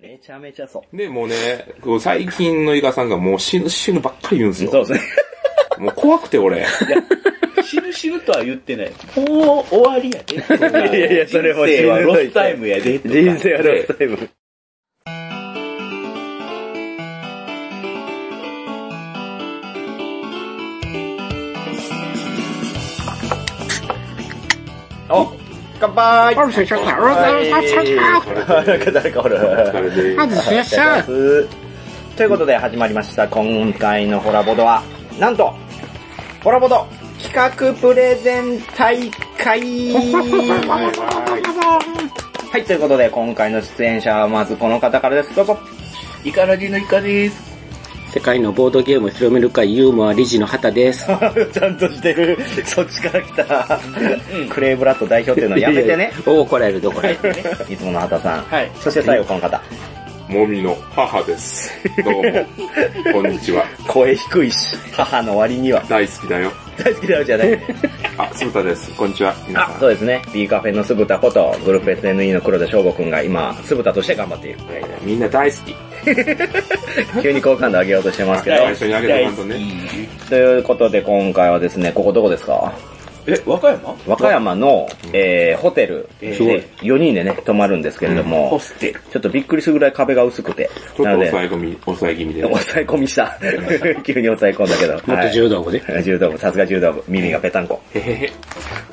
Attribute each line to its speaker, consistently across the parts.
Speaker 1: めちゃめちゃそう。
Speaker 2: で、もうね、こう最近のイカさんがもう死ぬ、死ぬばっかり言うんですよ。
Speaker 1: そうですね。
Speaker 2: もう怖くて俺。
Speaker 1: 死ぬ死ぬとは言って ない。もう終わりやで。いやいや、それも人生はロスタイムや で。人生はロスタイム。お乾杯
Speaker 3: あるせちゃった。あるせちゃった。
Speaker 1: なんか誰かおる。
Speaker 2: あれで、
Speaker 3: まずしやっしゃ
Speaker 1: ということで始まりました、今回のホラボドは、なんと、ホラボド企画プレゼン大会はい、ということで今回の出演者はまずこの方からです。どうぞ。
Speaker 4: イカラジのイカです。
Speaker 5: 世界のボードゲームを広める会ユーモア理事の畑です。
Speaker 1: ちゃんとしてる。そっちから来た。クレイブラッド代表っていうのは やめてね。
Speaker 5: おお、怒られるどこられる。
Speaker 1: いつもの畑さん。
Speaker 4: はい
Speaker 1: そして最後この方。
Speaker 2: もみの母です。どうも。こんにちは。
Speaker 1: 声低いし、母の割には。
Speaker 2: 大好きだよ。
Speaker 1: 大好きだよじゃない、
Speaker 2: あ、すぶたです。こんにちは。皆
Speaker 1: あ、
Speaker 2: さ
Speaker 1: そうですね。B カフェの酢豚こと、グループ SNE の黒田翔吾くんが今、酢豚として頑張っている。
Speaker 2: ん。みんな大好き。
Speaker 1: 急に好感度上げようとしてますけど。
Speaker 2: 最初にあげた感とね。
Speaker 1: ということで今回はですね、ここどこですか
Speaker 4: え、和歌山
Speaker 1: 和歌山の、えー、ホテル
Speaker 4: すごい
Speaker 1: で4人でね、泊まるんですけれど
Speaker 4: ホ
Speaker 1: も、
Speaker 4: ステル。
Speaker 1: ちょっとびっくりするぐらい壁が薄くて。
Speaker 2: ちょっと
Speaker 1: なので、
Speaker 2: 抑え込み、抑え気味でね。
Speaker 1: 抑え込みした。急に抑え込んだけど。
Speaker 5: もっ
Speaker 1: は
Speaker 5: と
Speaker 1: い
Speaker 5: 柔道部で。
Speaker 1: 柔道部、さすが柔道部。耳がぺたんこ。
Speaker 2: へへへ。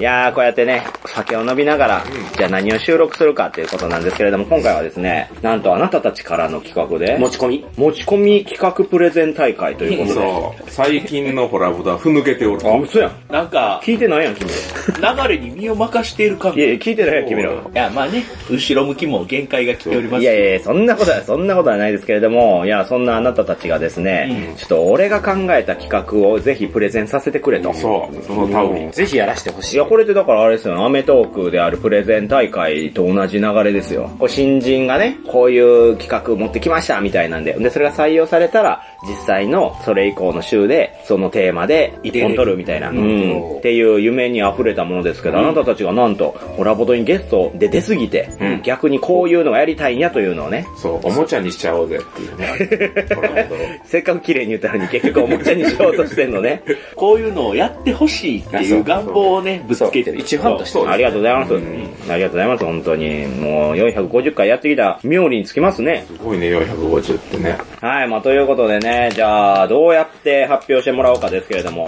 Speaker 1: いやー、こうやってね、酒を飲みながら、じゃあ何を収録するかっていうことなんですけれども、今回はですね、なんとあなたたちからの企画で、
Speaker 5: 持ち込み。
Speaker 1: 持ち込み企画プレゼン大会ということで。
Speaker 2: そう。最近のホラボタはふぬけておる。
Speaker 1: あ、嘘やん。
Speaker 4: なんか、
Speaker 1: 聞いてないやん、君。い
Speaker 4: 流れに身を任している感じ。い
Speaker 1: やいや、聞いてないやん、君ら。
Speaker 4: や、まあね、後ろ向きも限界が来ております。
Speaker 1: いやいや、そんなことは、そんなことはないですけれども、いや、そんなあなたたちがですね、ちょっと俺が考えた企画をぜひプレゼンさせてくれと。
Speaker 2: そう。そのタオル。
Speaker 5: ぜひやらしてほし
Speaker 1: い
Speaker 5: い。
Speaker 1: や、これってだからあれですよね、アメトークであるプレゼン大会と同じ流れですよ。こう新人がね、こういう企画持ってきましたみたいなんで、で、それが採用されたら、実際のそれ以降の週で、そのテーマで一本取るみたいな、うん、っていう夢に溢れたものですけど、あなたたちがなんと、ホラボトにゲストで出すぎて、
Speaker 2: うん
Speaker 1: 逆にこういうのがやりたいんやというのをね、
Speaker 2: そう、おもちゃにしちゃおうぜっていうね。ホラボ
Speaker 1: せっかく綺麗に言ったのに結局おもちゃにしようとしてんのね。
Speaker 4: こういうのをやってほしいっていう願望をね、ぶつけてる。
Speaker 5: 一ファンとして。
Speaker 2: そうです
Speaker 1: ありがとうございます。ありがとうございます、本当に。もう450回やってきた妙利につきますね。
Speaker 2: タすごいね、450ってね。
Speaker 1: はい、まあということでね、じゃあ、どうやって発表してもらおうかですけれども、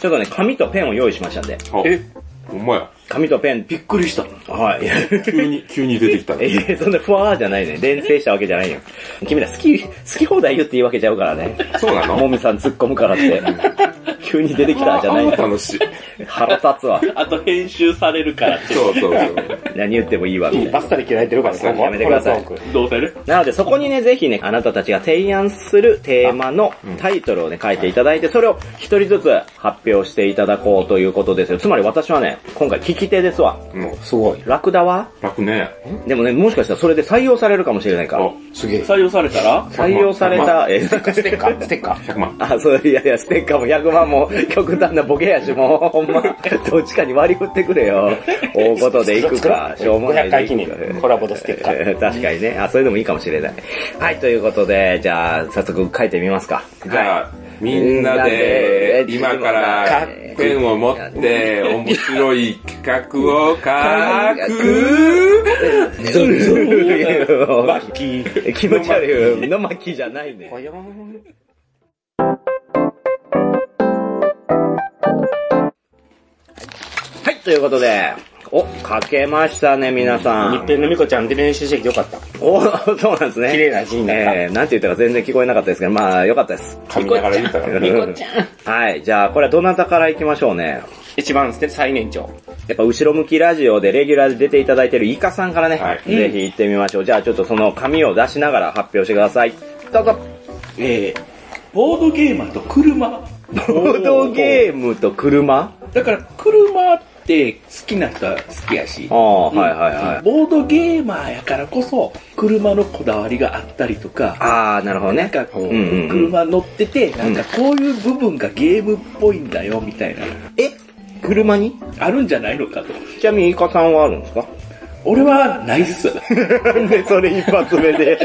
Speaker 1: ちょっとね、紙とペンを用意しましたんで。
Speaker 2: あ
Speaker 4: え、
Speaker 2: ほんまや。
Speaker 1: 紙とペン、
Speaker 4: びっくりした。
Speaker 1: はい。
Speaker 2: 急に、急に出てきたね。
Speaker 1: え、そんなふわーじゃないね。連成したわけじゃないよ。君ら好き、好き放題言っていいわけちゃうからね。
Speaker 2: そうな
Speaker 1: も
Speaker 2: の
Speaker 1: みさん突っ込むから って。急に出てきたじゃない
Speaker 2: あ
Speaker 1: よ。
Speaker 2: 楽しい。
Speaker 1: 腹立つわ。
Speaker 4: あと編集されるから って。
Speaker 2: そうそうそう。
Speaker 1: 何言ってもいいわ、みたいな。
Speaker 6: バッサリ切られてるからね、
Speaker 1: やめてください
Speaker 6: これはそう
Speaker 4: どうせね。
Speaker 1: なのでそこにね、ぜひね、あなたたちが提案するテーマのタイトルをね、書いていただいて、それを一人ずつ発表していただこうということですよ。つまり私はね、今回聞き手ですわ。
Speaker 2: もう、
Speaker 5: すごい。
Speaker 1: ラクダは
Speaker 2: 楽ね。
Speaker 1: でもね、もしかしたらそれで採用されるかもしれないから
Speaker 2: あ。、
Speaker 5: すげえ。
Speaker 4: 採用されたら
Speaker 1: 採用された、え、
Speaker 5: ステッカー、ステッカー。
Speaker 2: 100万。
Speaker 1: あ、そう、いやいや、ステッカーも100万も極端なボケやし、もう、ほんま、どっちかに割り振ってくれよ。大事で行く か、しょうもな
Speaker 6: 500
Speaker 1: いで
Speaker 6: 回記
Speaker 1: 行
Speaker 6: 念
Speaker 1: くか。、
Speaker 6: コラボとステッカー。
Speaker 1: えー 確かにね。あ、それでもいいかもしれない。はい、ということで、じゃあ、早速書いてみますか。
Speaker 2: じゃ
Speaker 1: は
Speaker 2: あ、みんなで、今から、ペンを持って、面白い企画を書く。
Speaker 1: い。
Speaker 4: バッキー。
Speaker 1: 気持ち悪い。のまきじゃないね。はい、ということで、お、書けましたね、皆さ
Speaker 6: 日
Speaker 1: ん。
Speaker 6: 平のみこちゃんで練習してきてよかった。
Speaker 1: お、そうなんですね。
Speaker 6: 綺麗な字になった
Speaker 1: えー、なんて言ったか全然聞こえなかったですけど、まあ、よかったです。
Speaker 2: 噛みながら言ったからね。
Speaker 1: はい、じゃあ、これはどなたから行きましょうね。
Speaker 6: 一番ですね、最年長。
Speaker 1: やっぱ後ろ向きラジオでレギュラーで出ていただいてるイカさんからね、
Speaker 2: はい
Speaker 1: ぜひ行ってみましょう。じゃあちょっとその紙を出しながら発表してください。どうぞ
Speaker 4: えー、ボードゲーマーと車。
Speaker 1: ボードゲームと車
Speaker 4: だから、車って好きな人は好きやし
Speaker 1: あ、あ、はいはいはい。
Speaker 4: ボードゲーマーやからこそ、車のこだわりがあったりとか、
Speaker 1: ああ、なるほど
Speaker 4: なん
Speaker 1: ね。
Speaker 4: か、
Speaker 1: んうん
Speaker 4: 車乗ってて、なんかこういう部分がゲームっぽいんだよ、みたいな、
Speaker 1: え車に
Speaker 4: あるんじゃないのかと。
Speaker 1: ちなみにイカさんはあるんですか
Speaker 4: 俺はないっ す。
Speaker 1: なんでそれ一発目で。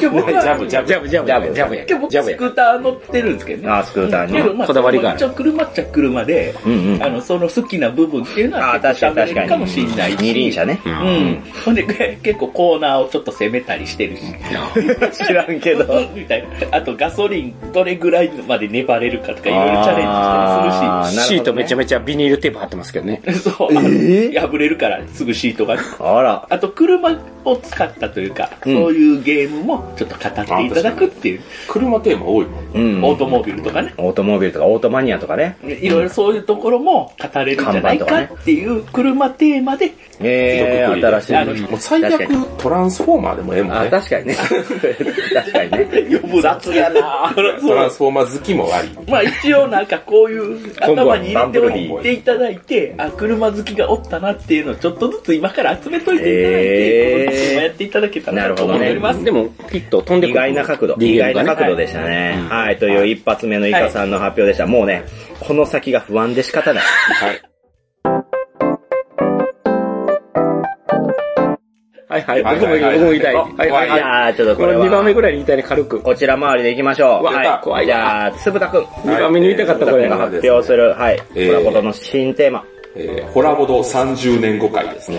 Speaker 4: で僕
Speaker 7: ジャ
Speaker 4: は、
Speaker 7: ブ、ジャブ。
Speaker 5: ジャブジャブやジャブや。
Speaker 4: で僕
Speaker 5: ジャブ
Speaker 4: ス
Speaker 5: や
Speaker 4: ク。ーター乗ってるんですけどね。
Speaker 1: あー、スクーター
Speaker 4: けど
Speaker 1: に。
Speaker 4: まあ、
Speaker 5: こだわりがある
Speaker 4: 一応車っちゃ車で、
Speaker 1: うんうん
Speaker 4: あの、その好きな部分っていうの は
Speaker 1: あー、確かに確か
Speaker 4: 結構 喋れ
Speaker 1: に。
Speaker 4: るかもしんないし。
Speaker 1: 二輪車ね。
Speaker 4: うん。ほんで、結構コーナーをちょっと攻めたりしてるし。
Speaker 1: 知らんけど。
Speaker 4: みたいな。あと、ガソリンどれぐらいまで粘れるかとかいろいろチャレンジしたりするし。
Speaker 5: シートめちゃ
Speaker 1: め
Speaker 5: めちゃビニールテープ貼ってますけどね。
Speaker 4: そう、あの
Speaker 1: え
Speaker 4: 破れるから、すぐシートが。
Speaker 1: ちゃ。あら。
Speaker 4: あと、車を使ったというか、
Speaker 1: うん
Speaker 4: そういうゲームもちょっと語っていただくっていう、
Speaker 7: 車テーマ多いもん。
Speaker 1: うん。
Speaker 4: オ
Speaker 1: オ
Speaker 4: ートモービルとかね、
Speaker 1: ートモービルとかオートマニアとかね。
Speaker 4: いろいろそういうところも語れるんじゃないかっていう車テーマで、
Speaker 1: えー、新しい。
Speaker 4: あの
Speaker 7: もう最
Speaker 1: 確かに
Speaker 7: 悪トランスフォーマーでもええもん
Speaker 1: あ、
Speaker 7: ね。
Speaker 1: 確かにね。 確かに ね。
Speaker 4: 呼ぶ雑やな
Speaker 7: トランスフォーマー好きもあり。
Speaker 4: まあ一応なんかこういう頭に入れておいていただいて、あ、車好きがおったなっていうのをちょっとずつ今から集めといていただいて、
Speaker 1: えー
Speaker 4: この車やっていただけたらなと思います。
Speaker 5: でも、きっと飛んでくる。
Speaker 1: 意外な角度。
Speaker 5: DDM
Speaker 1: 意外な
Speaker 5: がね
Speaker 1: 角度でしたね。はい、という一発目のイカさんの発表でした。もうね、この先が不安で仕方ない。
Speaker 7: はい。
Speaker 5: はいはい。
Speaker 7: はい
Speaker 5: 僕も言い僕も言いたい。
Speaker 7: はい
Speaker 5: はいはい
Speaker 1: いやー、ちょっと
Speaker 5: こ
Speaker 1: これ
Speaker 5: の2番目
Speaker 1: は。
Speaker 5: ぐらいに言いたいね、軽く。
Speaker 1: こちら回りでいきましょう。
Speaker 5: うわ
Speaker 1: はい。
Speaker 5: 怖い
Speaker 1: じゃあ、つぶたくん。つ
Speaker 5: 2番目に言いたかった、こ
Speaker 1: ぶたく
Speaker 5: れ
Speaker 1: ん。が発表する、はい。
Speaker 7: えー
Speaker 1: コラボとの新テーマ。
Speaker 7: えー、ホラボド30年後会ですね。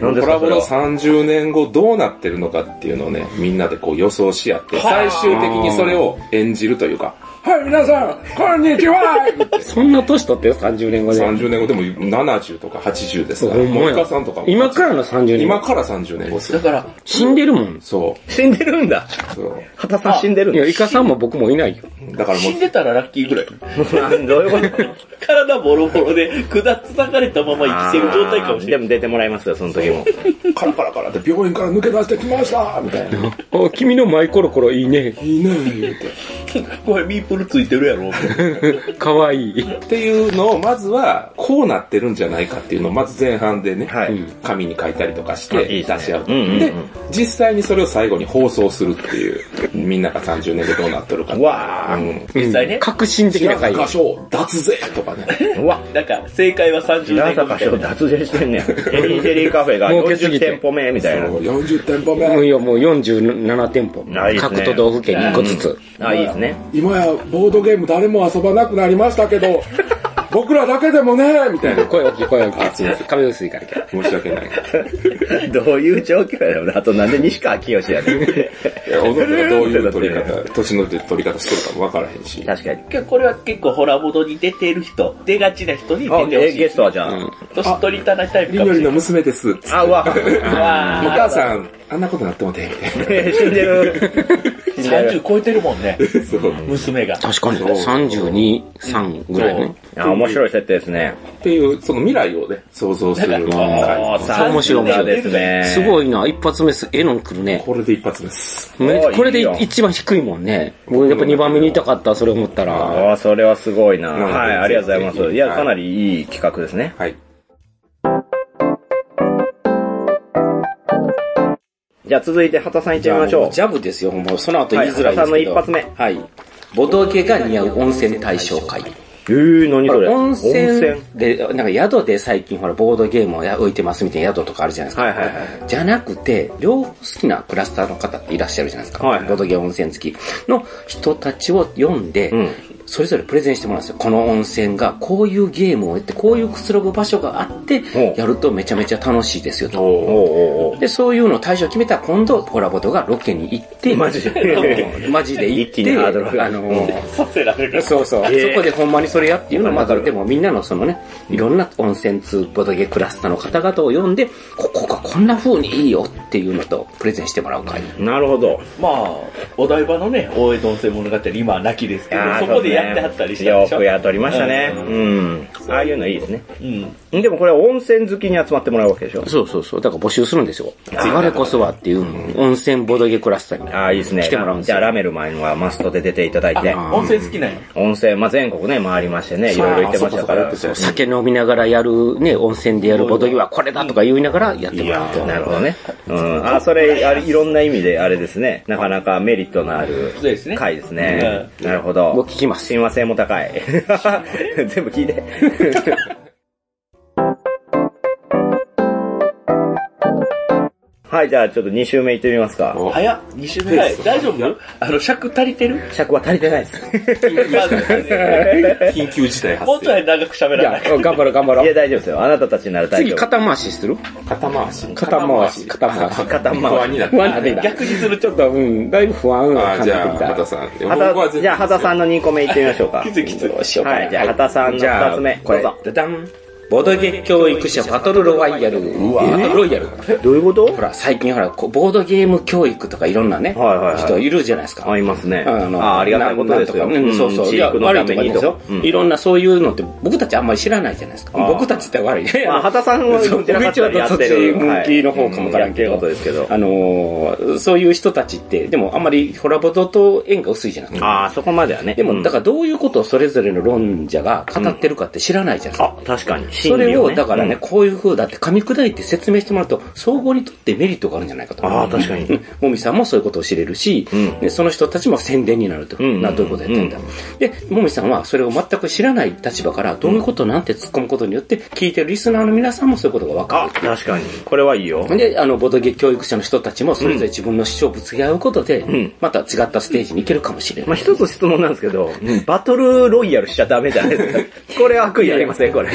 Speaker 1: なんです
Speaker 7: コラ
Speaker 1: かそ
Speaker 7: ボ
Speaker 1: れ
Speaker 7: の
Speaker 1: は
Speaker 7: 30年後どうなってるのかっていうのをね、みんなでこう予想し合って、最終的にそれを演じるというか、はい、皆さん、こんにちは言 って
Speaker 5: そんな年取ってよ、30年後で。
Speaker 7: 30年後でも70とか80ですから、
Speaker 5: ほんまや
Speaker 7: 森川さんとかも。
Speaker 5: 今からの30年
Speaker 7: 今
Speaker 5: 後。
Speaker 7: から30年後ですよ。
Speaker 4: だから、
Speaker 5: 死んでるもん。
Speaker 7: そ
Speaker 1: 死んでるんだ。
Speaker 7: う。そう
Speaker 1: 畑さん死んでるん
Speaker 5: い
Speaker 1: だ
Speaker 5: や、イカさんも僕もいないよ。
Speaker 7: だ からも
Speaker 4: 死んでたらラッキーぐらい。
Speaker 1: ど ういうこと
Speaker 4: 体ボロボロで、下つたかれたまま生きてる状態かもしれ
Speaker 1: でも出てもらいますよ、その時も。
Speaker 7: う、カラカラカラって病院から抜け出してきましたみたいな。
Speaker 5: あ、君のマイコロコロいいね。
Speaker 7: いいね言って。
Speaker 4: ない。これミープルついてるやろ。
Speaker 5: かわいい。
Speaker 7: っていうのを、まずは、こうなってるんじゃないかっていうのを、まず前半でね、
Speaker 1: はい
Speaker 7: 紙に書いたりとかし
Speaker 1: あ
Speaker 7: て、
Speaker 1: いい
Speaker 7: 出
Speaker 1: で
Speaker 7: し
Speaker 1: すね
Speaker 7: 合う。
Speaker 1: うんうんうん
Speaker 7: で、実際にそれを最後に放送するっていう、みんなが30年でどうなってるか。
Speaker 1: わー
Speaker 7: うん。
Speaker 4: 実際ね。
Speaker 5: 革新的
Speaker 7: 平
Speaker 5: な回。
Speaker 7: 坂翔、脱税とかね。
Speaker 1: うわ、
Speaker 4: なんか、正解は30
Speaker 1: 平
Speaker 4: 年
Speaker 1: 坂
Speaker 4: 後みたい
Speaker 1: 翔
Speaker 4: な。
Speaker 1: 脱税してんねん。エリーゼリーカフェが
Speaker 5: 儲けす
Speaker 1: 40
Speaker 5: ぎて
Speaker 1: 店舗目みたいな。
Speaker 7: 40店舗
Speaker 5: もうい
Speaker 7: 目。
Speaker 5: いよ、もう47店舗
Speaker 1: あいい。ですね
Speaker 5: 各都道府県1個ずつ。
Speaker 1: あ、いいですね。
Speaker 7: 今や、ボードゲーム誰も遊ばなくなりました けど、僕らだけでもね、みたいな。
Speaker 5: 声大きい、声大
Speaker 7: あ
Speaker 5: き
Speaker 7: すいませ
Speaker 5: い。壁薄いからいけない
Speaker 7: 申し 訳ない。
Speaker 1: どういう状況やろうな。あとなんで西川きよしやねん。
Speaker 7: いや、おのおのどういう取 り方、年の取り方してるかもわからへんし。
Speaker 1: 確かに。
Speaker 4: けどこれは結構ホラボドに出てる人、出がちな人に
Speaker 1: あ
Speaker 4: 出、て
Speaker 1: ゲ
Speaker 4: ほし
Speaker 1: ゲ
Speaker 4: い
Speaker 1: ス。トはじゃあ。
Speaker 4: 年取りたなタイプ
Speaker 7: り
Speaker 4: か
Speaker 7: の
Speaker 4: もし
Speaker 7: り
Speaker 4: れな
Speaker 7: の
Speaker 4: い。
Speaker 7: 娘です。つって
Speaker 1: あ、うわ。
Speaker 4: わ
Speaker 7: お
Speaker 4: ー
Speaker 7: 母さん、あんなことなってもて、みたいな。
Speaker 1: 死んでる。死んでる。
Speaker 4: 30超えてるもんね、
Speaker 7: そう。
Speaker 4: 娘が。
Speaker 5: 確かに。32、3ぐらいね。
Speaker 1: あ、面白い設定ですね。
Speaker 7: っていう、その未来をね、想像する
Speaker 1: あ
Speaker 7: 回。
Speaker 1: ー、さ
Speaker 5: 面白い面白い
Speaker 1: ですね。
Speaker 5: す
Speaker 1: い。
Speaker 5: ごいな、一発目す、ええのん来るね。
Speaker 7: これで一発目です。
Speaker 5: め
Speaker 1: おー
Speaker 5: これ
Speaker 1: いいよ
Speaker 5: で一番低いもんね。僕やっぱ2番目に言いたかった、それ思ったら。
Speaker 1: あー、それはすごいな。
Speaker 7: なので
Speaker 1: はい、ありがとうございま
Speaker 7: ぜ
Speaker 1: す。
Speaker 7: ひ
Speaker 1: いや、かなりいい企画ですね。
Speaker 7: はい。
Speaker 1: じゃあ続いて、畑さん行ってみましょう。
Speaker 5: ジャブですよ、ほんま。その後言いづらいですけど。
Speaker 1: はい畑さんの一発
Speaker 5: はい。ボトゲが似合う温泉対象会。
Speaker 1: えー、何それ
Speaker 5: 温泉で、なんか宿で最近ほら、ボードゲームをや置いてますみたいな宿とかあるじゃないですか。
Speaker 1: はいはいはい。
Speaker 5: じゃなくて、両方好きなクラスターの方っていらっしゃるじゃないですか。
Speaker 1: はいはい
Speaker 5: ボードゲーム温泉好きの人たちを読んで、
Speaker 1: うん
Speaker 5: それぞれプレゼンしてもらうんですよ。この温泉がこういうゲームをやって、こういうくつろぐ場所があって
Speaker 1: おう、
Speaker 5: やるとめちゃめちゃ楽しいですよと。
Speaker 1: おうおうおう
Speaker 5: で、そういうのを対象決めたら今度、コラボとがロケに行って、
Speaker 1: マジ で
Speaker 5: マジで行っ て、
Speaker 1: 一気にハードルが
Speaker 5: あの、
Speaker 4: させられる。
Speaker 5: そうそう、
Speaker 1: えー
Speaker 5: そこでほんまにそれやっていうのは、ま
Speaker 1: わか
Speaker 5: あ、
Speaker 1: る
Speaker 5: でもみんなのそのね、いろんな温泉通ボドゲクラスターの方々を呼んで、ここがこんな風にいいよっていうのと、プレゼンしてもらう会。
Speaker 1: なるほど。
Speaker 4: まあ、お台場のね、大江戸温泉物語、今は亡きですけど、
Speaker 1: あー
Speaker 4: そこでやってはったりした
Speaker 1: そう
Speaker 4: で
Speaker 1: です
Speaker 4: し
Speaker 1: ねよ
Speaker 4: ょ。
Speaker 1: くやっとりましたね。
Speaker 4: うん
Speaker 1: うん。ああいうのいいですね。
Speaker 4: うん。
Speaker 1: でもこれは温泉好きに集まってもらうわけでしょ
Speaker 5: そうそうそう。だから募集するんですよ。我こそはっていう、温泉ボドゲクラスターに。
Speaker 1: ああ、いいですね。
Speaker 5: 来てもらうんです
Speaker 1: じゃ
Speaker 5: よ
Speaker 1: あ、ラメルマンはマストで出ていただいて、
Speaker 5: あ
Speaker 4: 温泉好きなんや。
Speaker 1: 温泉、まあ、全国ね、回りましてね、いろいろ行ってましたか
Speaker 7: あ
Speaker 1: ら。
Speaker 7: そうかそうか
Speaker 5: 酒飲みながらやるね、温泉でやるボドゲはこれだとか言いながらやってもらうと。
Speaker 1: なるほどね。うん。あ、それ、あれ、いろんな意味で、あれですね。なかなかメリットのある
Speaker 4: そうですね
Speaker 1: 回ですね。なるほど。
Speaker 5: もう聞きます
Speaker 1: 親和性も高 い。全部 聞いて。はい、じゃあちょっと2周目行ってみますか。
Speaker 7: お
Speaker 4: 早っ、2週目ぐらい。大丈夫あの、尺足りてる
Speaker 1: 尺は足りてないです。
Speaker 4: まず
Speaker 7: 緊急事態発
Speaker 4: もうちょ
Speaker 7: 生。
Speaker 4: い長く喋
Speaker 5: じ
Speaker 4: ら
Speaker 5: ゃ
Speaker 4: な
Speaker 5: あ、
Speaker 4: い。
Speaker 5: 頑張ろう頑張ろ
Speaker 1: いや、
Speaker 5: う。
Speaker 1: 大丈夫ですよ。あなたたちなら大
Speaker 5: 次、
Speaker 1: 丈夫。
Speaker 5: 肩回しする
Speaker 7: 肩回し。
Speaker 5: 肩回し、肩回 し。
Speaker 1: 肩
Speaker 7: 不安になって
Speaker 5: 不安になってきた。
Speaker 4: 逆にする
Speaker 5: ちょっと、うん、だいぶ不安
Speaker 7: あ
Speaker 5: が
Speaker 7: ー
Speaker 5: 感
Speaker 7: じ
Speaker 5: じて
Speaker 7: ゃあ、
Speaker 5: きた
Speaker 7: 畑。さん。僕は
Speaker 1: 畑
Speaker 7: 全
Speaker 1: じゃあ、
Speaker 7: 然
Speaker 1: 畑さんの2個目行ってみましょう か。
Speaker 4: きついきつい。
Speaker 5: どうしようか
Speaker 1: は
Speaker 5: な。
Speaker 1: い、じゃあ、畑さんの
Speaker 5: じゃあ
Speaker 1: 2つ目。ど
Speaker 5: こ
Speaker 1: う
Speaker 5: れ
Speaker 1: ぞ。、
Speaker 5: ダダン。ボドゲ教育者バトルロワイヤル。バトルロイヤル。
Speaker 1: どういうこと
Speaker 5: ほら、最近ほら、こうボードゲーム教育とかいろんなね、
Speaker 1: はいはいはい
Speaker 5: 人いるじゃないですか。
Speaker 1: あ、いますね。
Speaker 5: あの
Speaker 1: あ、ありがたいことですよ。
Speaker 5: なんとかうん、そうそう。
Speaker 1: 地
Speaker 5: いや、
Speaker 1: 域の
Speaker 5: 悪
Speaker 1: た
Speaker 5: い
Speaker 1: め
Speaker 5: とかい
Speaker 1: に
Speaker 5: いとか
Speaker 1: と。、
Speaker 5: いろんなそういうのって僕たちあんまり知らないじゃないですか。
Speaker 1: あー
Speaker 5: 僕たちって悪いね。
Speaker 1: まあ、畑さんは
Speaker 5: そう僕一応
Speaker 1: や
Speaker 5: そ
Speaker 1: っ
Speaker 5: っち
Speaker 1: てる。
Speaker 5: 向きの方かもわから
Speaker 1: や
Speaker 5: ん
Speaker 1: って
Speaker 5: け
Speaker 1: る
Speaker 5: ど
Speaker 1: ことですけど。
Speaker 5: あのーそういう人たちって、でもあんまりホラボドと縁が薄いじゃない
Speaker 1: ああ、そこまではね。
Speaker 5: で
Speaker 1: う
Speaker 5: も、
Speaker 1: ん
Speaker 5: だからどういうことをそれぞれの論者が語ってるかって知らないじゃないです
Speaker 1: あ
Speaker 5: か。、
Speaker 1: 確かに。
Speaker 5: それを、だからね、
Speaker 1: うん。
Speaker 5: こういう風だって噛み砕いて説明してもらうと、総合にとってメリットがあるんじゃないかと。
Speaker 1: ああ、確かに。
Speaker 5: もみさんもそういうことを知れるし、
Speaker 1: うん
Speaker 5: でその人たちも宣伝になると、
Speaker 1: うんうんうん
Speaker 5: などういうことやってんだ、で、もみさんはそれを全く知らない立場から、どういうことなんて突っ込むことによって、聞いてるリスナーの皆さんもそういうことが分か
Speaker 1: あ、確かに。これはいいよ。
Speaker 5: る。で、あの、ボドゲ教育者の人たちも、それぞれ自分の主張をぶつけ合うことで、
Speaker 1: ん
Speaker 5: また違ったステージに行けるかもしれない。
Speaker 1: まあ、一つ質問なんですけど、バトルロイヤルしちゃダメじゃないですか。 これ悪意ありません、これ。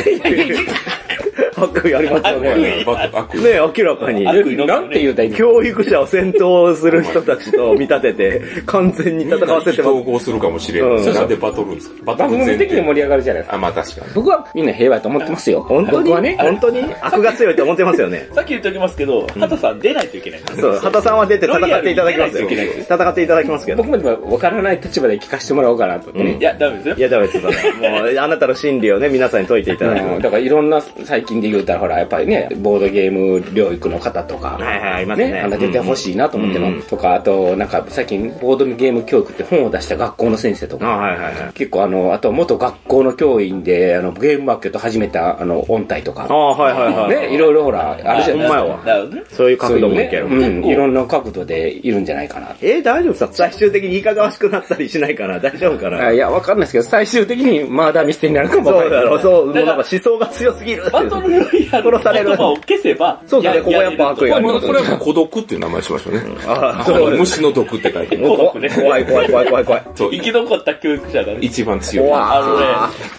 Speaker 1: 悪意ありますよね。ね
Speaker 7: バト悪
Speaker 1: え、明らかに。
Speaker 4: 悪意の
Speaker 5: なんて言うたらいいの
Speaker 1: 教育者を戦闘する人たちと見立てて、完全に戦わせてま
Speaker 7: 統
Speaker 1: す。
Speaker 7: 合するかもしれん。
Speaker 1: うん
Speaker 7: なんでバトルですかバト
Speaker 5: 番
Speaker 7: ル前
Speaker 5: 組的に
Speaker 7: 提。
Speaker 5: 盛り上がるじゃないですか。
Speaker 7: あ、まあ確かに。
Speaker 5: 僕はみんな平和やと思ってますよ。
Speaker 1: 本当
Speaker 5: 僕は
Speaker 1: に、
Speaker 5: ね、
Speaker 1: 本当に悪が強いと思ってますよね。
Speaker 4: さっき言っておきますけど、畑さん出ないといけない。
Speaker 1: そう、畑さんは出て戦っていただきますよ。
Speaker 4: ロイヤルに出ないといけないです
Speaker 1: 戦っていただきますけど
Speaker 5: 僕。もでも分からない立場で聞かせてもらおうかなと、ね
Speaker 4: いや、ダメですよ
Speaker 1: い。や、ダメです、ダメ。もう、あなたの心理をね、皆さんに解いていただき
Speaker 5: うん
Speaker 1: ます。
Speaker 5: だからいろんな最近で言うたらほらやっぱりねボードゲーム領域の方とか、
Speaker 1: はいはいいますね
Speaker 5: あんな出てほしいなと思っての、
Speaker 1: うんうん
Speaker 5: とかあとなんか最近ボードゲーム教育って本を出した学校の先生と
Speaker 1: あ、
Speaker 5: か
Speaker 1: はいはいはい。
Speaker 5: 結構あのあと元学校の教員であのゲームマーケット始めたあの音体と
Speaker 1: あ
Speaker 5: か
Speaker 1: あ、はいはいはい。
Speaker 5: ねいろいろほらあるじゃないです
Speaker 1: ほ
Speaker 5: か
Speaker 1: んまやわ。
Speaker 4: なるほどね。
Speaker 1: そういう角度もいける。
Speaker 5: そういうねうんいろんな角度でいるんじゃないかな
Speaker 1: えー、大丈夫さ最終的にいかがわしくなったりしないかな大丈夫か
Speaker 5: あ
Speaker 1: ない
Speaker 5: や、わかんないですけど、最終的にマーダーミステリーになるかもわ
Speaker 1: そうん
Speaker 5: かな
Speaker 1: だ
Speaker 5: い。
Speaker 1: ろう、そう、もう
Speaker 4: だ
Speaker 1: な
Speaker 4: か
Speaker 1: ん
Speaker 4: ら
Speaker 1: か思想が強すぎる。
Speaker 4: バトルロイヤルの
Speaker 1: 殺される
Speaker 4: 言葉を消せば、
Speaker 1: そうですね
Speaker 4: や
Speaker 1: ここやっぱ悪意があり
Speaker 7: こ
Speaker 1: ま
Speaker 7: れ
Speaker 1: す
Speaker 7: これは孤独っていう名前しましょうね。
Speaker 1: ああ、
Speaker 7: あ
Speaker 1: そう
Speaker 7: の
Speaker 1: です。
Speaker 7: 虫の毒って書いてある。
Speaker 4: 孤独ね。
Speaker 1: 怖い怖い怖い怖い怖い。
Speaker 7: そう、
Speaker 4: 生き残った教育者だね。
Speaker 7: 一番強い。
Speaker 4: あのね、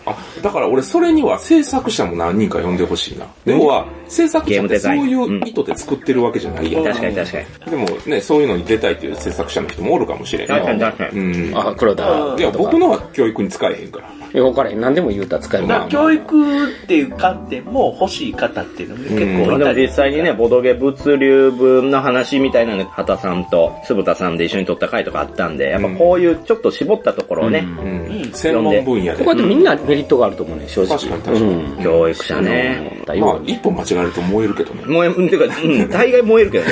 Speaker 7: あ、だから俺それには制作者も何人か呼んでほしいな。要は、制作
Speaker 1: ゲー
Speaker 7: 者っ
Speaker 1: ム
Speaker 7: て
Speaker 1: デ
Speaker 7: そ
Speaker 1: ザ
Speaker 7: う
Speaker 1: イン
Speaker 7: いう意図で作ってるわけじゃないやん。
Speaker 1: 確かに確かに。
Speaker 7: でもね、そういうのに出たいっていう制作者の人もおるかもしれん。
Speaker 1: 確かに確かに。
Speaker 7: うん。
Speaker 5: あ、黒田。
Speaker 7: いや、僕のは教育に使えへんから。
Speaker 5: いやわからへん。何でも言うたら使える
Speaker 4: だか
Speaker 5: な
Speaker 4: ら。教育っていう観点も欲しい方っていうのも結
Speaker 1: ま
Speaker 4: 構
Speaker 1: あで
Speaker 4: いた
Speaker 1: も
Speaker 4: り
Speaker 1: 実際にね、ボドゲ物流分の話みたいなのが、畑さんと鈴田さんで一緒に撮った回とかあったんで、やっぱこういうちょっと絞ったところをね、
Speaker 7: うん。専門分野
Speaker 5: こ
Speaker 7: で
Speaker 5: こ。はでもみんなメリットがあると思うね、正直。
Speaker 7: 確かに確かに
Speaker 5: うん
Speaker 1: 教育者ね。
Speaker 5: だ
Speaker 7: まあ
Speaker 5: よ、
Speaker 7: 一歩間違えると燃えるけどね。
Speaker 1: 燃え、うん、ていうか、うん、大概燃えるけどね、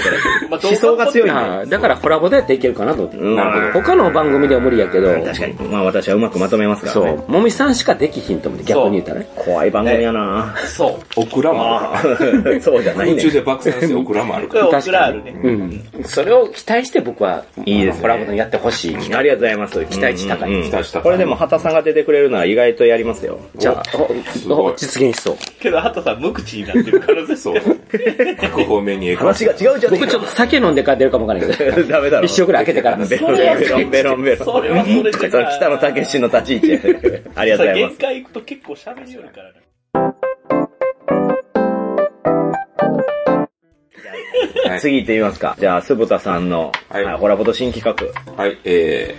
Speaker 4: まあ
Speaker 1: これ。思想が強いんで。
Speaker 5: ああだからコラボでやっていけるかなと思って。
Speaker 1: うん
Speaker 5: 他の番組では無理やけど、
Speaker 1: 確かに。まあ私はうまくまとめますから
Speaker 5: そ
Speaker 1: ね。
Speaker 5: う、もみさんしかできひんと思って、逆に言ったらね。
Speaker 1: 怖い番組やな
Speaker 4: そう。
Speaker 7: オクラもあ
Speaker 1: ああ そうじゃない
Speaker 7: る。
Speaker 1: ね
Speaker 7: 空中。で爆散してオクラもある
Speaker 4: これ
Speaker 7: か
Speaker 4: オ
Speaker 5: 確かに
Speaker 4: クラールね。
Speaker 5: うん。それを期待して僕は、
Speaker 1: いいですね
Speaker 5: コラボでやってほしい。
Speaker 1: ありがとうございます。期
Speaker 5: 待値高い
Speaker 7: 期待値高い
Speaker 1: これでも、畑さんが出てくれるなら意外とやりますよ。
Speaker 5: じゃあ、
Speaker 7: す
Speaker 5: お
Speaker 7: ごい
Speaker 5: お実現しそう。
Speaker 4: けど、ハトさん無口になってるから
Speaker 7: ら。
Speaker 4: さ、
Speaker 7: そう。各方面に影
Speaker 1: 話
Speaker 7: 響。
Speaker 1: が違うじゃね
Speaker 5: 僕ちょっと酒飲んでから出るかも わからないけど。
Speaker 1: えか。ダメだろ。
Speaker 5: 一生ぐらい開けて から。
Speaker 1: ベロンベロンベロンベロン。
Speaker 4: それはそれじゃ
Speaker 1: それ北野武の立ち位置や。ありがとう
Speaker 4: さ
Speaker 1: ございま
Speaker 4: 限
Speaker 1: す。
Speaker 4: 界行くと結構喋りよるからね。
Speaker 7: はい
Speaker 1: 次行ってみますか。じゃあ、すぶたさんの、
Speaker 7: はい
Speaker 1: はいホラボト新企画。
Speaker 7: はい、え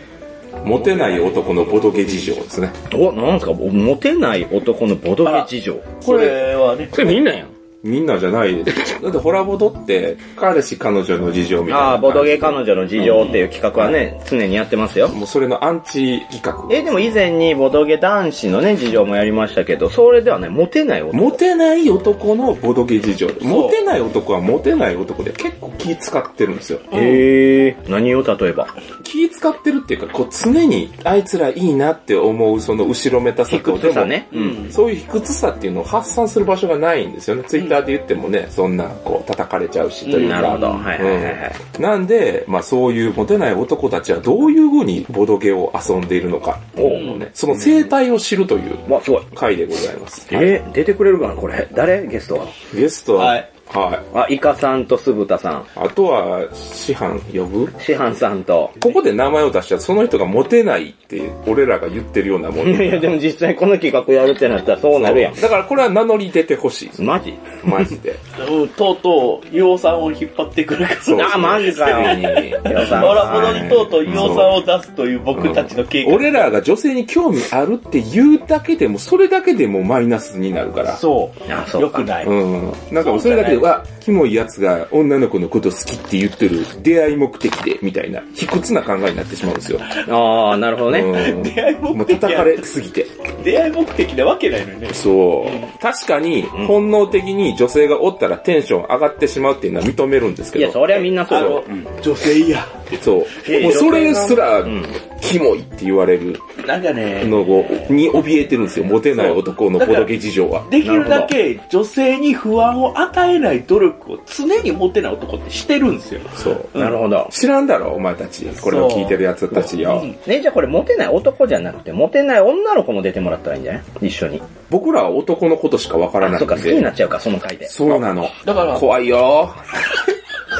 Speaker 7: ー、モテない男のボドゲ事情ですね。
Speaker 1: お、なんすか、モテない男のボドゲ事情。
Speaker 4: これはね、
Speaker 5: それみんなやん。
Speaker 7: みんなじ ゃないです。だってホラボドって、彼氏彼女の事情みたいな
Speaker 1: ああ、
Speaker 7: 感じ。
Speaker 1: ボドゲ彼女の事情っていう企画はね、常にやってますよ。
Speaker 7: もうそれのアンチ企画。
Speaker 1: え、でも以前にボドゲ男子のね、事情もやりましたけど、それではね、モテない男。
Speaker 7: モテない男のボドゲ事情。モテない男はモテない男で結構気使ってるんですよ。
Speaker 1: へえ、何を例えば。
Speaker 7: 気使ってるっていうか、こう常にあいつらいいなって思うその後ろめたさ
Speaker 1: 卑
Speaker 7: と
Speaker 1: 屈さね。
Speaker 7: でもそういう卑屈さっていうのを発散する場所がないんですよね。ツイッターで言ってもね、そんなこう叩かれちゃうしというか。
Speaker 1: なるほど。はいはいはいはい。
Speaker 7: うんなんで、まあそういうモテない男たちはどういう風にボドゲを遊んでいるのかを、ね、その生態を知るという
Speaker 1: わ、すごい。
Speaker 7: 回でございます。
Speaker 1: えー出てくれるかなこれ。誰ゲストは。
Speaker 7: ゲストは、
Speaker 4: はい
Speaker 2: はい。
Speaker 1: あ、イカさんと酢豚さん、
Speaker 2: あとは、師範呼ぶ
Speaker 1: シハンさんと、
Speaker 2: ここで名前を出したらその人がモテないって俺らが言ってるようなもん
Speaker 1: いやいや、でも実際この企画やるってなったらそう なるやん。
Speaker 2: だからこれは名乗り出てほしい。
Speaker 1: マジ
Speaker 2: マジで。
Speaker 4: うんとうとう、硫黄さんを引っ張ってくるか
Speaker 2: そう
Speaker 1: あ、マジかよ。よさん
Speaker 4: ら。ほどにとうとう硫黄さんを出すという僕たちの計画。
Speaker 2: 俺らが女性に興味あるって言うだけでも、それだけでもうマイナスになるから。
Speaker 4: そ
Speaker 1: あ、
Speaker 4: う。
Speaker 1: そ
Speaker 4: よ
Speaker 1: うか
Speaker 4: く。ない。
Speaker 2: うん。なんかもうそれだけで、わ、キモいやつが女の子のこと好きって言ってる出会い目的で、みたいな、卑屈な考えになってしまうんですよ。
Speaker 1: ああ、なるほどね。
Speaker 2: うん
Speaker 4: 出会い目的や
Speaker 2: もう叩かれすぎて。
Speaker 4: 出会い目的なわけないのにね。
Speaker 2: そう。確かに、本能的に女性がおったらテンション上がってしまうっていうのは認めるんですけ
Speaker 1: い
Speaker 2: ど。
Speaker 1: や、そりゃみんなそうよ。
Speaker 4: 女性や。
Speaker 2: そう。
Speaker 1: や
Speaker 2: もうそれすら
Speaker 1: ん、
Speaker 2: キモいって言われる
Speaker 4: なんかね、
Speaker 2: のを、に怯えてるんですよ。モテない男のボドゲ事情は。
Speaker 4: できるだけ女性に不安を与えない努力を常に持てない男ってしてるんですよ。
Speaker 2: そう。
Speaker 1: なるほど。
Speaker 2: 知らんだろ、お前たち。これを聞いてるやつたちよ。
Speaker 1: ね、じゃあこれモテない男じゃなくて、モテない女の子も出てもらったらいいんじゃない一緒に。
Speaker 2: 僕らは男のことしかわから
Speaker 1: あ、
Speaker 2: ない
Speaker 1: そっ
Speaker 2: ん
Speaker 1: か、好きにな
Speaker 2: で。
Speaker 1: っちゃうか、その回で。
Speaker 2: そうなの。
Speaker 4: だから、
Speaker 2: 怖いよ。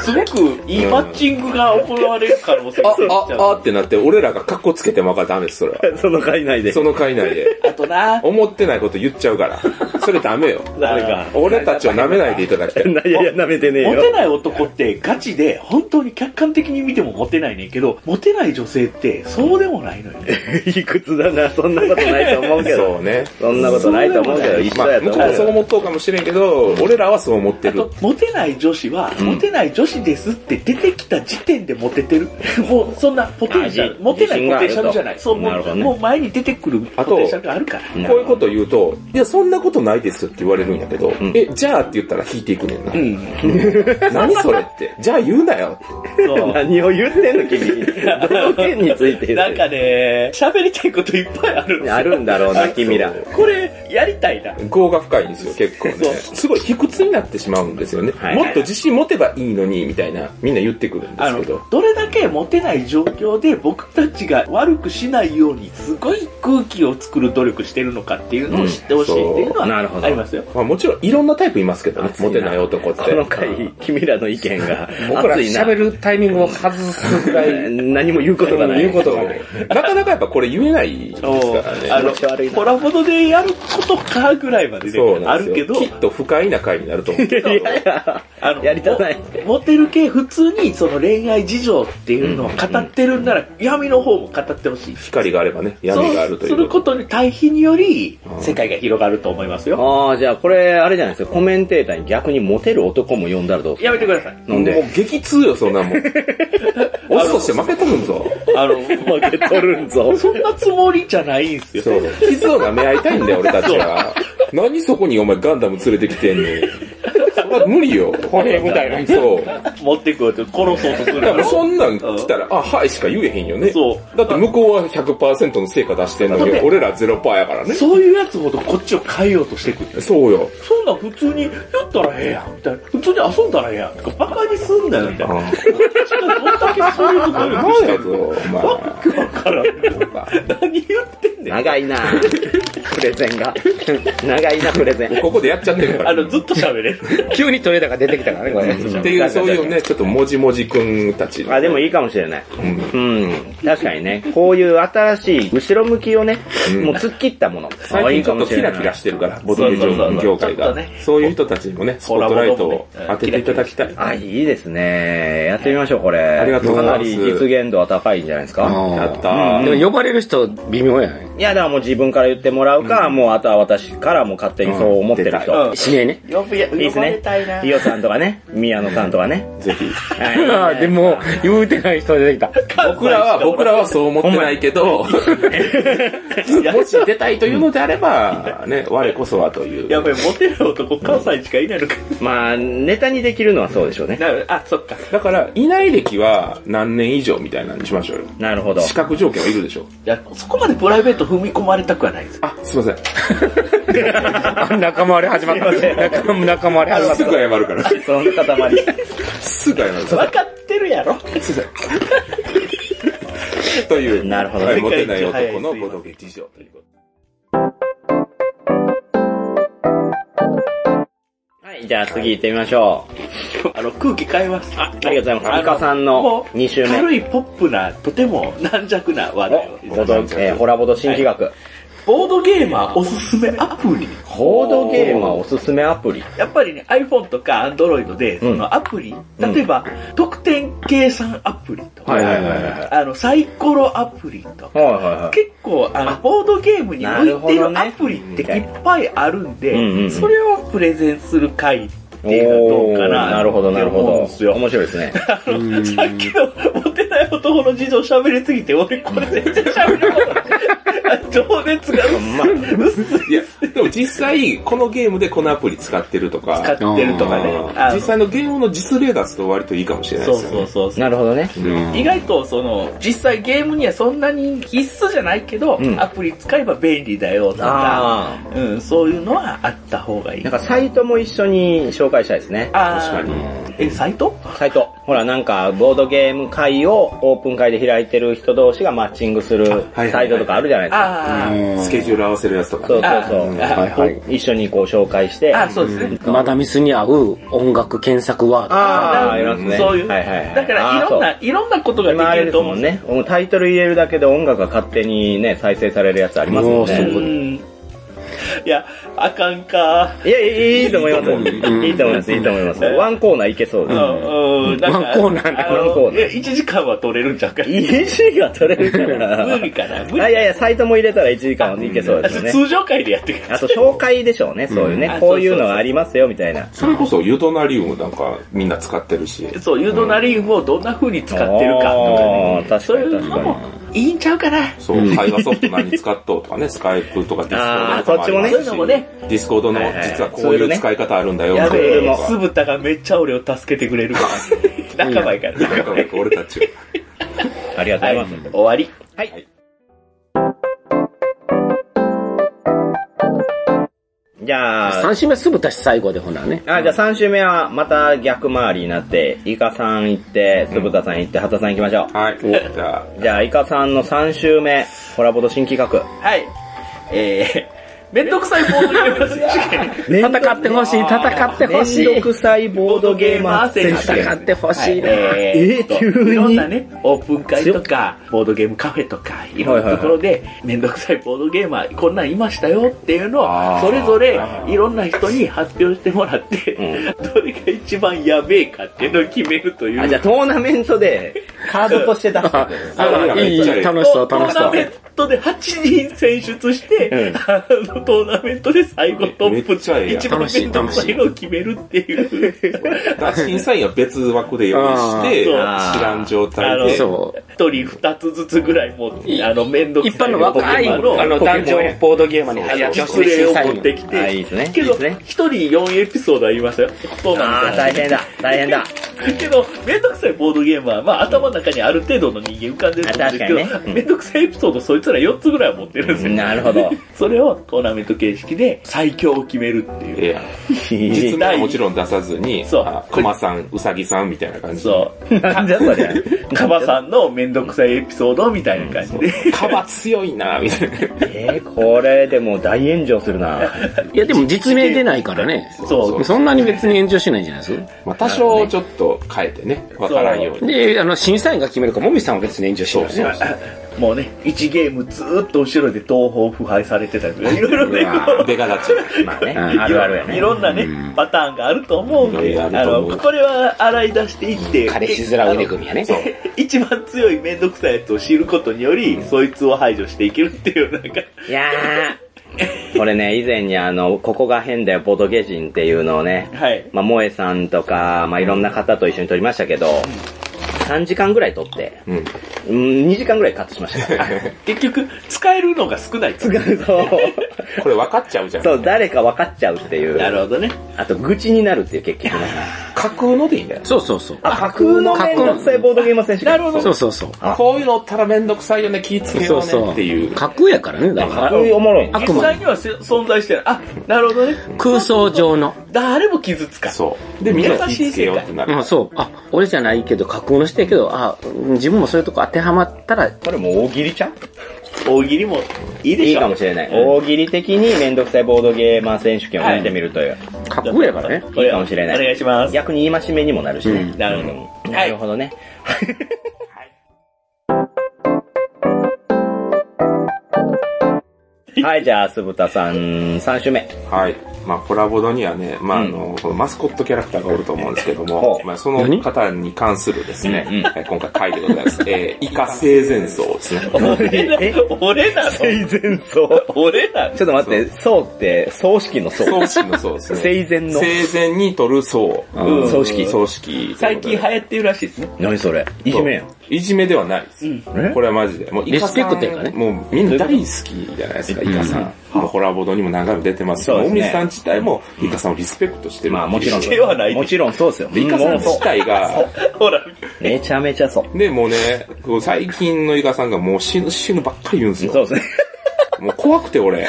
Speaker 4: すごくいいマッチングが行われる可能性
Speaker 2: あ
Speaker 4: が出てきち、
Speaker 2: あ、
Speaker 4: ゃ
Speaker 2: あってなって、俺らが格好つけてもわかダメです、それは。
Speaker 1: その回内で
Speaker 2: その会内で。
Speaker 4: う。あとな、
Speaker 2: 思ってないこと言っちゃうから。それダメよ。
Speaker 4: 誰
Speaker 1: か
Speaker 2: 俺たちを舐めないでいただきたい。
Speaker 1: いやいや、舐めてね
Speaker 4: モテない男ってガチで本当に客観的に見てもモテないねんけど、モテない女性ってそうでもないのよね。
Speaker 1: いくつだな、そんなことないと思うけど。
Speaker 2: そうね。
Speaker 1: そんなことないと思うけど、一
Speaker 2: ま
Speaker 1: 緒や
Speaker 2: あ、
Speaker 1: と
Speaker 2: 向こ
Speaker 1: 思
Speaker 2: う
Speaker 1: う
Speaker 2: もそう思っとうかもしれんけど、俺らはそう思って
Speaker 4: あ
Speaker 2: る
Speaker 4: と。、モテない女子は、モテない女子ですって出てきた時点でモテてる。 もうそんなポテンシャ
Speaker 1: あ
Speaker 4: ル、
Speaker 1: じ
Speaker 4: モテないポテンシャ
Speaker 1: 自信
Speaker 4: ル
Speaker 1: があると
Speaker 4: じゃない。そう、も
Speaker 1: なるほ
Speaker 4: う,、
Speaker 1: どね
Speaker 4: もう前に出てくるポテンシャルがあるから。
Speaker 2: こういうこと言うと、いや、そんなことないですよって言われるんやけど、え、じゃあって言ったら引いていくねんな。 何それって。じゃあ言うなよって。
Speaker 4: そ う
Speaker 1: 何を言ってんの、君。どの件について言
Speaker 4: な
Speaker 1: っ
Speaker 4: ん
Speaker 1: て
Speaker 4: かね、喋りたいこといっぱいあるんです
Speaker 1: る
Speaker 4: よ
Speaker 1: あるんだろうな、君ら。
Speaker 4: これ、やりたいな。
Speaker 2: 業が深いんですよ、結構ね。すごい卑屈になってしまうんですよね。
Speaker 1: いはい
Speaker 2: もっと自信持てばいいのに、みたいな、みんな言ってくるんで
Speaker 4: あ
Speaker 2: す
Speaker 4: の
Speaker 2: けど。、
Speaker 4: どれだけモテない状況で僕たちが悪くしないようにすごい空気を作る努力してるのかっていうのを知ってほしいっていうの
Speaker 1: うんそうなるほ
Speaker 4: は
Speaker 1: ど
Speaker 4: ありますよ。
Speaker 2: まあもちろんいろんなタイプいますけどね、
Speaker 1: 熱いな
Speaker 2: モテない男って。
Speaker 1: この回、君らの意見が
Speaker 5: 僕ら
Speaker 1: 熱いな。
Speaker 5: 喋るタイミングを外すぐらい、
Speaker 1: 何も言うことがない。
Speaker 5: 言うことがない。
Speaker 2: なかなかやっぱこれ言えないですか
Speaker 4: お
Speaker 2: らね。
Speaker 4: あの
Speaker 1: 気持ち悪い、な
Speaker 4: コラボドでやることかぐらいまでね
Speaker 2: そう、
Speaker 4: あ
Speaker 2: なん
Speaker 4: る
Speaker 2: です
Speaker 4: け
Speaker 2: よ。
Speaker 4: ど、
Speaker 2: きっと不快な回になると思う。
Speaker 1: いやいや、
Speaker 4: あの
Speaker 1: やりたない
Speaker 4: モモテる系普通にその恋愛事情っていうのを語ってるんなら、闇の方も語ってほしい。
Speaker 2: 光があればね、闇があるという。
Speaker 4: そうすることに対比により、世界が広がると思いますよ。
Speaker 1: ああ、じゃあこれ、あれじゃないですか、コメンテーターに逆にモテる男も呼んだらどうする
Speaker 4: やめてください。
Speaker 1: なん
Speaker 2: も
Speaker 1: で
Speaker 2: う激痛よ、そん なもん。オスとして負けとるんぞ。
Speaker 4: あの、
Speaker 1: 負けとるん ぞ。
Speaker 4: そんなつもりじゃないんすよ。
Speaker 2: そう。傷を舐め合いたいんだよ、俺たちは。何そこにお前ガンダム連れてきてんねん。そんな無理よ。
Speaker 5: 歩兵部隊の
Speaker 2: そう。
Speaker 4: 持ってくるって殺そうとする
Speaker 2: だ
Speaker 4: か
Speaker 2: から
Speaker 4: ら。
Speaker 2: そんなん来たら、あ、はいしか言えへんよね。
Speaker 4: そう
Speaker 2: だって向こうは100%の成果出してんのに
Speaker 4: だっ、て
Speaker 2: 俺ら0%やからね。
Speaker 4: そういうやつほどこっちを変えようとしてくる。
Speaker 2: そうよ。
Speaker 4: そんなん普通にやったらええやん、みたいな。普通に遊んだらええやん。とか、バカにすんなよ、みたいな。こ
Speaker 2: あ
Speaker 4: っちがどんだけそういうこと努
Speaker 2: あ。な
Speaker 4: 力し
Speaker 2: ん
Speaker 4: て
Speaker 2: や
Speaker 4: る
Speaker 2: ぞ、お前。
Speaker 4: わからん。何言ってんねん。
Speaker 1: 長いなプレゼンが。長いな、プレゼン。
Speaker 2: ここでやっちゃってるから。
Speaker 4: あの、ずっと喋れる。
Speaker 5: 急にトレーダーが出てきたからね、これ。
Speaker 2: っていう、そういうね、ちょっともじもじくんたち。
Speaker 1: あ、でもいいかもしれない。うん。確かにね、こういう新しい後ろ向きをね、もう突っ切ったもの。あい
Speaker 2: 最近
Speaker 1: い
Speaker 2: ち
Speaker 1: か
Speaker 2: ょっ
Speaker 1: もし
Speaker 2: とキ
Speaker 1: れな
Speaker 2: ラ
Speaker 1: い
Speaker 2: キラしてるから、ボドゲ
Speaker 4: そ
Speaker 2: 業界
Speaker 4: うそうそうそうちょっと
Speaker 2: が
Speaker 4: ね。
Speaker 2: そういう人たちにもね、スポットライトを当てていただきたい。
Speaker 1: あ、いいですね。やってみましょう、これ。あ
Speaker 2: りがとうございま
Speaker 1: か
Speaker 2: す
Speaker 1: なり実現度は高いんじゃないですか。
Speaker 2: やった
Speaker 5: で
Speaker 2: ー。
Speaker 5: も呼ばれる人、微妙やね。
Speaker 1: いや、だからもう自分から言ってもらうか、もうあとは私からも勝手にそう思ってる人。
Speaker 4: うん
Speaker 5: 指名ね。
Speaker 4: 呼ぶや、
Speaker 1: いいで
Speaker 4: 呼
Speaker 1: す
Speaker 4: ばれ
Speaker 1: ね
Speaker 4: たいな。。
Speaker 1: 伊代さんとかね、宮野さんとかね。
Speaker 2: ぜひ。
Speaker 1: は
Speaker 5: ああ、でも、言うてない人出てきた。
Speaker 2: 僕らは、僕らはそう思ってないけど、もし出たいというのであれば、ね、我こそはという。
Speaker 4: やばい、モテる男、関西しかいないのか。
Speaker 1: い。まあ、ネタにできるのはそうでしょうね。
Speaker 4: なるあ、そっか。
Speaker 2: だから、いない歴は何年以上みたいなのにしましょうよ。
Speaker 1: なるほど。
Speaker 2: 資格条件はいるでしょ。
Speaker 4: いや、そこまでプライベート踏み込まれたくはないです。
Speaker 2: あ、すいません。
Speaker 5: あ仲間割れ始ま った。仲仲間割れ始まっ
Speaker 2: すぐ謝るから。
Speaker 1: その塊。
Speaker 2: すぐ謝る から。
Speaker 4: 分かってるやろ。
Speaker 2: という。
Speaker 1: なるほど
Speaker 2: はいモテない男のボドゲ事情ということで。
Speaker 1: はい、はい、じゃあ次行ってみましょう。
Speaker 4: あの、空気変えます。
Speaker 1: あ
Speaker 4: あ
Speaker 1: りがとうございます。イカさんの
Speaker 4: もう
Speaker 1: 2周目。
Speaker 4: 軽いポップな、とても軟弱な話題を。
Speaker 1: おボード、えーホラボード新企画。
Speaker 4: ボードゲーマーおすすめアプリ。
Speaker 1: ボードゲーマーおすすめアプリ。
Speaker 4: やっぱりね、iPhone とか Android で、そのアプリ、
Speaker 1: ん
Speaker 4: 例えば、得点計算アプリとか、
Speaker 1: はいはいはいはい
Speaker 4: あの、サイコロアプリとか、
Speaker 1: はいはいはい。
Speaker 4: 結構、あの、ボードゲームに
Speaker 1: なる
Speaker 4: 向い
Speaker 1: ほ
Speaker 4: て
Speaker 1: どね
Speaker 4: るアプリっていっぱいあるんで、
Speaker 1: うんうんうん
Speaker 4: それをプレゼンする会っていうのはどうか
Speaker 1: お
Speaker 4: な。
Speaker 1: ーなるほどなるほ
Speaker 4: って思う
Speaker 1: ど。
Speaker 4: んですよ
Speaker 1: 面白いですね。
Speaker 4: あの、さっきのモテない男の事情喋りすぎて、俺これ全然喋れなかった。情熱が薄い。薄い
Speaker 2: いや、でも実際、このゲームでこのアプリ使ってるとか、
Speaker 4: 使ってるとかね
Speaker 2: うん。
Speaker 4: あの
Speaker 2: 実際のゲームの実例出すと割といいかもしれない
Speaker 4: そ
Speaker 2: で
Speaker 4: う
Speaker 2: すよ
Speaker 4: そ
Speaker 2: ね
Speaker 4: う。そうそう。
Speaker 1: なるほどね。
Speaker 2: うん
Speaker 4: 意外とその、実際ゲームにはそんなに必須じゃないけど、
Speaker 1: うん
Speaker 4: アプリ使えば便利だよとか、
Speaker 1: あ
Speaker 4: うん、そういうのはあった方がいい。
Speaker 1: あ。なんかサイトも一緒に紹介したいですね。
Speaker 4: あ
Speaker 2: 確
Speaker 4: ー
Speaker 2: かに。
Speaker 4: え、サイト
Speaker 1: サイト。ほら、なんか、ボードゲーム会をオープン会で開いてる人同士がマッチングする
Speaker 2: はいはい
Speaker 1: サイトとかあるじゃないですか。
Speaker 4: あー
Speaker 2: スケジュール合わせるやつとか
Speaker 1: そう
Speaker 2: ね。
Speaker 1: そう
Speaker 4: あ
Speaker 1: そう。
Speaker 5: はいはい。
Speaker 1: 一緒にこう紹介して。
Speaker 4: あー、そうですね。
Speaker 5: マダミスに合う音楽検索ワード。
Speaker 1: あ
Speaker 4: あ
Speaker 1: あ、いますね。
Speaker 4: そういう。
Speaker 1: はいはいはい。
Speaker 4: だから、いろん
Speaker 1: あー。
Speaker 4: な、いろんなこと
Speaker 1: そう
Speaker 4: が
Speaker 1: 今あ
Speaker 4: で
Speaker 1: れです
Speaker 4: きると思
Speaker 1: も
Speaker 4: うんんですよ
Speaker 1: ね。もうタイトル入れるだけで音楽が勝手にね、再生されるやつありますもん
Speaker 5: おーす
Speaker 1: ね
Speaker 5: ご。
Speaker 4: うん。いや、あかんか。
Speaker 1: いや、いいいいと思います。いいと思います、いいと思います。ワンコーナーいけそう
Speaker 4: う
Speaker 1: で
Speaker 4: ん、うん、
Speaker 5: ワンコーナーね
Speaker 4: あの
Speaker 1: ワンコーナー
Speaker 4: いや1時間は取れるんちゃうか。
Speaker 1: す。1が取れるから。
Speaker 4: 無理かな、無理
Speaker 1: あいやいや、サイトも入れたら1時間はいけそうですよね。
Speaker 4: 通常会でやってくれ
Speaker 1: あと紹介でしょうね、そういうね。
Speaker 4: うん
Speaker 1: こういうのがありますよ、みたいな。
Speaker 2: それこそ、ユドナリウムなんかみんな使ってるし。
Speaker 4: そう、ユードナリーフをどんな風に使ってるかとかね。
Speaker 1: あー確
Speaker 4: そう
Speaker 1: か
Speaker 4: い
Speaker 1: に
Speaker 4: う
Speaker 1: 確
Speaker 4: の
Speaker 1: か
Speaker 4: もいいんちゃうかな。
Speaker 2: そう、会話ソフト何使っとうとかね、スカイプとかディ
Speaker 1: あー
Speaker 2: スコー
Speaker 4: そ
Speaker 2: ドとかあります
Speaker 4: っちもねそういうのもね
Speaker 2: ディスコードの
Speaker 1: はいはい
Speaker 2: 実はこういう使い方あるんだよ、
Speaker 1: や
Speaker 2: みたい
Speaker 1: べえ
Speaker 2: なの
Speaker 1: も
Speaker 2: が
Speaker 4: 酢豚がめっちゃ俺を助けてくれるから。仲間やから。
Speaker 2: なんか僕俺たち。
Speaker 1: に。ありがとうございます。
Speaker 4: 終わり。
Speaker 1: じゃあ、
Speaker 5: 三週目すぐ出し最後でほなね。
Speaker 1: あじゃあ3周目はまた逆回りになって、イカさん行って、つぶたさん行って、ハタさん行きましょう。
Speaker 2: はい。じゃあ、
Speaker 1: じゃあ、イカさんの3周目、コラボと新企画。
Speaker 4: はい。えー、めんどくさいボードゲーム選手権。
Speaker 5: 戦ってほしい、戦ってほし
Speaker 1: めんど
Speaker 5: い。
Speaker 1: くさいボードゲーマー選手権。
Speaker 5: 戦ってほしいね。
Speaker 4: え
Speaker 1: えー急に
Speaker 4: いろんなね、オープン会とか、ボードゲームカフェとか、いろんなところで、めんどくさいボードゲーマー、こんなんいましたよっていうのを、
Speaker 2: あー
Speaker 4: それぞれいろんな人に発表してもらって、どれが一番やべえかっていうのを決めるという。
Speaker 1: あ、じゃあトーナメントでカードとして出すってことです。
Speaker 5: あいい、楽しそう、
Speaker 4: ト
Speaker 5: 楽
Speaker 4: ー
Speaker 5: し
Speaker 4: ナ
Speaker 5: そう
Speaker 4: メ。ントで8人選出して、あのトーナメントで最後トッ
Speaker 2: めっちゃええ
Speaker 4: プ、
Speaker 2: やん
Speaker 4: 一番めんどくさいのを決めるっていう。
Speaker 2: だから審査員は別枠で用意して、知
Speaker 1: あー
Speaker 2: らん状
Speaker 4: あ
Speaker 2: 態
Speaker 4: の
Speaker 2: で。
Speaker 5: そう。
Speaker 4: 一人二つずつぐらいもう、あの、めんどく
Speaker 5: 一
Speaker 4: さ
Speaker 5: 般
Speaker 4: い
Speaker 5: の若い、あ
Speaker 4: の、あの
Speaker 5: の、男女ボードゲーマーに入ってほし
Speaker 4: 特
Speaker 5: い
Speaker 4: 例
Speaker 5: 審
Speaker 4: を
Speaker 5: 査
Speaker 4: 持っ
Speaker 5: 員。
Speaker 4: てき
Speaker 1: あ、い
Speaker 4: て、
Speaker 1: いですね。
Speaker 4: け
Speaker 1: いいで
Speaker 4: ど、
Speaker 1: すね。
Speaker 4: 一人4エピソードありましたよ。そう
Speaker 1: あ
Speaker 4: な
Speaker 1: あ、
Speaker 4: ん
Speaker 1: 大
Speaker 4: ですよ。
Speaker 1: 変だ、大 変だ。
Speaker 4: けど、めんどくさいボードゲームは、まあ、頭の中にある程度の人間浮かんでると思うん
Speaker 1: あ確
Speaker 4: です
Speaker 1: か
Speaker 4: け
Speaker 1: にねう
Speaker 4: ど、
Speaker 1: ん
Speaker 4: めんどくさいエピソードそいつら4つぐらいは持ってるんですよ。
Speaker 1: なるほど。
Speaker 4: それをトーナメント形式で最強を決めるっていう。
Speaker 2: ええやん実名はもちろん出さずに、
Speaker 4: そう
Speaker 2: あ熊さん、うさぎさんみたいな感じ。
Speaker 4: そう。
Speaker 1: なんじゃそりゃ。
Speaker 4: カバさんのめんどくさいエピソードみたいな感じで。
Speaker 2: カバ強いなみたいな。
Speaker 1: えー、これでもう大炎上するな。
Speaker 5: いや、でも実名出ないからね。
Speaker 4: そう。
Speaker 5: そんなに別に炎上しないんじゃないですか。
Speaker 2: まあ多少ちょっと変えてね、わからんよ うに。
Speaker 5: で、あの、審査員が決めるか、もみさんは別に炎上しないね。
Speaker 4: もうね、1ゲームずーっと後ろで東方腐敗されてたりとか、いろいろね、こう
Speaker 2: ベガ立ち。
Speaker 1: まあね、
Speaker 5: うん
Speaker 1: あるあるや
Speaker 4: い
Speaker 1: ね。
Speaker 4: ろんなね、パターンがあると思うん
Speaker 2: い
Speaker 4: で、
Speaker 2: ろ
Speaker 4: あ
Speaker 2: いろあると
Speaker 4: の
Speaker 2: 思う、
Speaker 4: これは洗い出していって、
Speaker 5: 彼氏面腕組やね。
Speaker 4: 一番強いめんどくさいやつを知ることにより、そいつを排除していけるっていう、なんか、
Speaker 1: いやー。これね、以前にあの、ここが変だよ、ボドゲ人っていうのをね、
Speaker 4: はい。
Speaker 1: まあ、萌えさんとか、まあ、いろんな方と一緒に撮りましたけど、3時間ぐらい撮って、
Speaker 2: うん。
Speaker 1: うん、2時間ぐらいカットしましたから。
Speaker 4: 結局、使えるのが少ない。
Speaker 1: そう。
Speaker 2: これ分かっちゃうじゃん。
Speaker 1: そう、誰か分かっちゃうっていう。
Speaker 4: なるほどね。
Speaker 1: あと、愚痴になるっていう結局ね。
Speaker 2: 架空のでいいんだよ。
Speaker 5: そうそうそう。
Speaker 1: あ、架空の面倒くさいボードゲーム選手権。なるほ
Speaker 5: そうそうそう。
Speaker 2: こういうのおったらめんどくさいよね、気ぃつけ
Speaker 5: そ
Speaker 2: よ
Speaker 5: う
Speaker 2: うね
Speaker 5: そう。
Speaker 2: っていう。
Speaker 5: 架空やからね、だか
Speaker 1: 架
Speaker 5: ら。
Speaker 1: 空おもろいね。
Speaker 5: あく
Speaker 4: 実
Speaker 5: ま
Speaker 4: 際
Speaker 5: で
Speaker 4: にはせ存在してない。あ、なるほどね。
Speaker 5: 空想上の。
Speaker 4: 誰も傷つかん。
Speaker 2: そう。で、みんな気ぃつけようってな
Speaker 5: う
Speaker 2: る
Speaker 5: ん、。そう。あ、俺じゃないけど、架空の人やけど、あ、うん自分もそういうとこ当てはまったら、
Speaker 1: これもう大喜利ちゃん
Speaker 4: 大喜利もいいで
Speaker 1: い
Speaker 4: し
Speaker 1: い
Speaker 4: ょ
Speaker 1: かもしれない。大喜利的にめんどくさいボードゲーマー選手権をやってみるという。
Speaker 5: 格好やからね。
Speaker 1: いいかもしれない
Speaker 4: お願いします。
Speaker 1: 逆に言いしめにもなるしね。
Speaker 4: なるほ
Speaker 1: ど。なるほどね。はい、じゃあ、酢豚さん、3種 目。
Speaker 2: はい。まあ、コラボドにはね、まあ、あの、このマスコットキャラクターがおると思うんですけども
Speaker 1: ほ、う
Speaker 2: まあ、その方に関するですね、え今回回でございます。えー、イカ生前層ですね。
Speaker 4: 俺な俺なの
Speaker 1: 前層。
Speaker 4: 俺なの
Speaker 1: ちょっと待って、層って、葬式の層。
Speaker 2: 葬式の層ですね。
Speaker 1: 生前の
Speaker 2: 生前に取る層。
Speaker 1: うん葬式
Speaker 2: 葬式。
Speaker 4: 最近流行ってるらしいですね。
Speaker 1: 何それいじめやん。
Speaker 2: いじめではないです。
Speaker 1: え
Speaker 2: これはマジで。もうイカさん
Speaker 5: リスペクトやからね
Speaker 2: もうみんな大好きじゃないですか、イカさん。もうコラボドにも長いの出てますけど、
Speaker 1: そうですね
Speaker 2: 大水さん自体もイカさんをリスペクトしてる。
Speaker 1: まあもちろん。
Speaker 4: ではない
Speaker 1: もちろんそうですよ。
Speaker 2: でイカさん自体が、
Speaker 4: ほら、
Speaker 1: めちゃめちゃそう。
Speaker 2: で、もうね、こう最近のイカさんがもう死ぬ、死ぬばっかり言うんです
Speaker 1: そう
Speaker 2: よ。
Speaker 1: ですね。
Speaker 2: もう怖くて俺。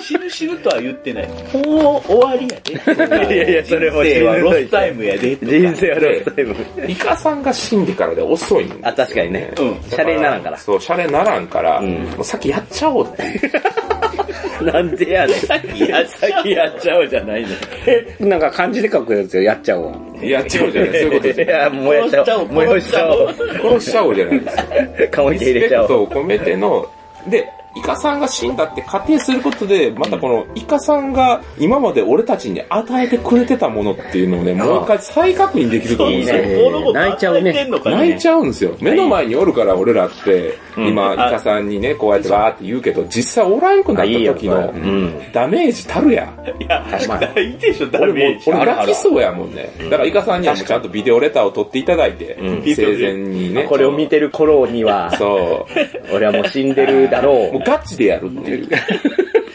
Speaker 4: 死ぬ死ぬとは言ってない。もう終わりや で。
Speaker 1: いやいやそれも死ぬ
Speaker 4: 人生はロスタイムやで。
Speaker 1: 人生はロスタイム。
Speaker 2: イカさんが死んでからで遅いんですよ
Speaker 1: あ、確かにね。
Speaker 4: うん
Speaker 1: シャレにならんから。
Speaker 2: そう、シャレにならんから、
Speaker 1: ん
Speaker 2: もう先やっちゃおうっていう。
Speaker 1: なんでやねん。さっきやっちゃおうじゃ ないの。
Speaker 5: なんか漢字で書くやつよ、やっちゃおうわ。
Speaker 2: やっちゃおうじゃない。そういうことです
Speaker 1: いや、もうやっちゃおう。もうやっちゃおう。
Speaker 2: 殺しちゃおうじゃないですか。
Speaker 1: 顔に
Speaker 2: リ
Speaker 1: 入
Speaker 2: ス
Speaker 1: れ
Speaker 2: ペ
Speaker 1: ちゃお
Speaker 2: ク
Speaker 1: う。
Speaker 2: トを込めて の、で、イカさんが死んだって仮定することで、またこのイカさんが今まで俺たちに与えてくれてたものっていうのをね、もう一回再確認できると思うんですよ。
Speaker 5: 泣いちゃうね
Speaker 2: 泣い
Speaker 4: ゃ
Speaker 2: ちゃうんですよ。目の前におるから俺らって、今、イカさんにね、こうやってわーって言うけど、実際おらんくなった時
Speaker 1: あいいよ
Speaker 2: の
Speaker 1: これうん
Speaker 2: ダメージたるやん。
Speaker 4: う。いや、ないでしょ、ダメ
Speaker 2: 俺
Speaker 4: ー
Speaker 2: も、
Speaker 4: ジ。
Speaker 2: 俺泣きそうやもんね。だからイカさんにはもうちゃんとビデオレターを取っていただいて、生前にね。
Speaker 1: これを見てる頃には、
Speaker 2: そう。
Speaker 1: 俺はもう死んでるだろ
Speaker 2: もう
Speaker 1: う。
Speaker 2: ガチでやるって いう。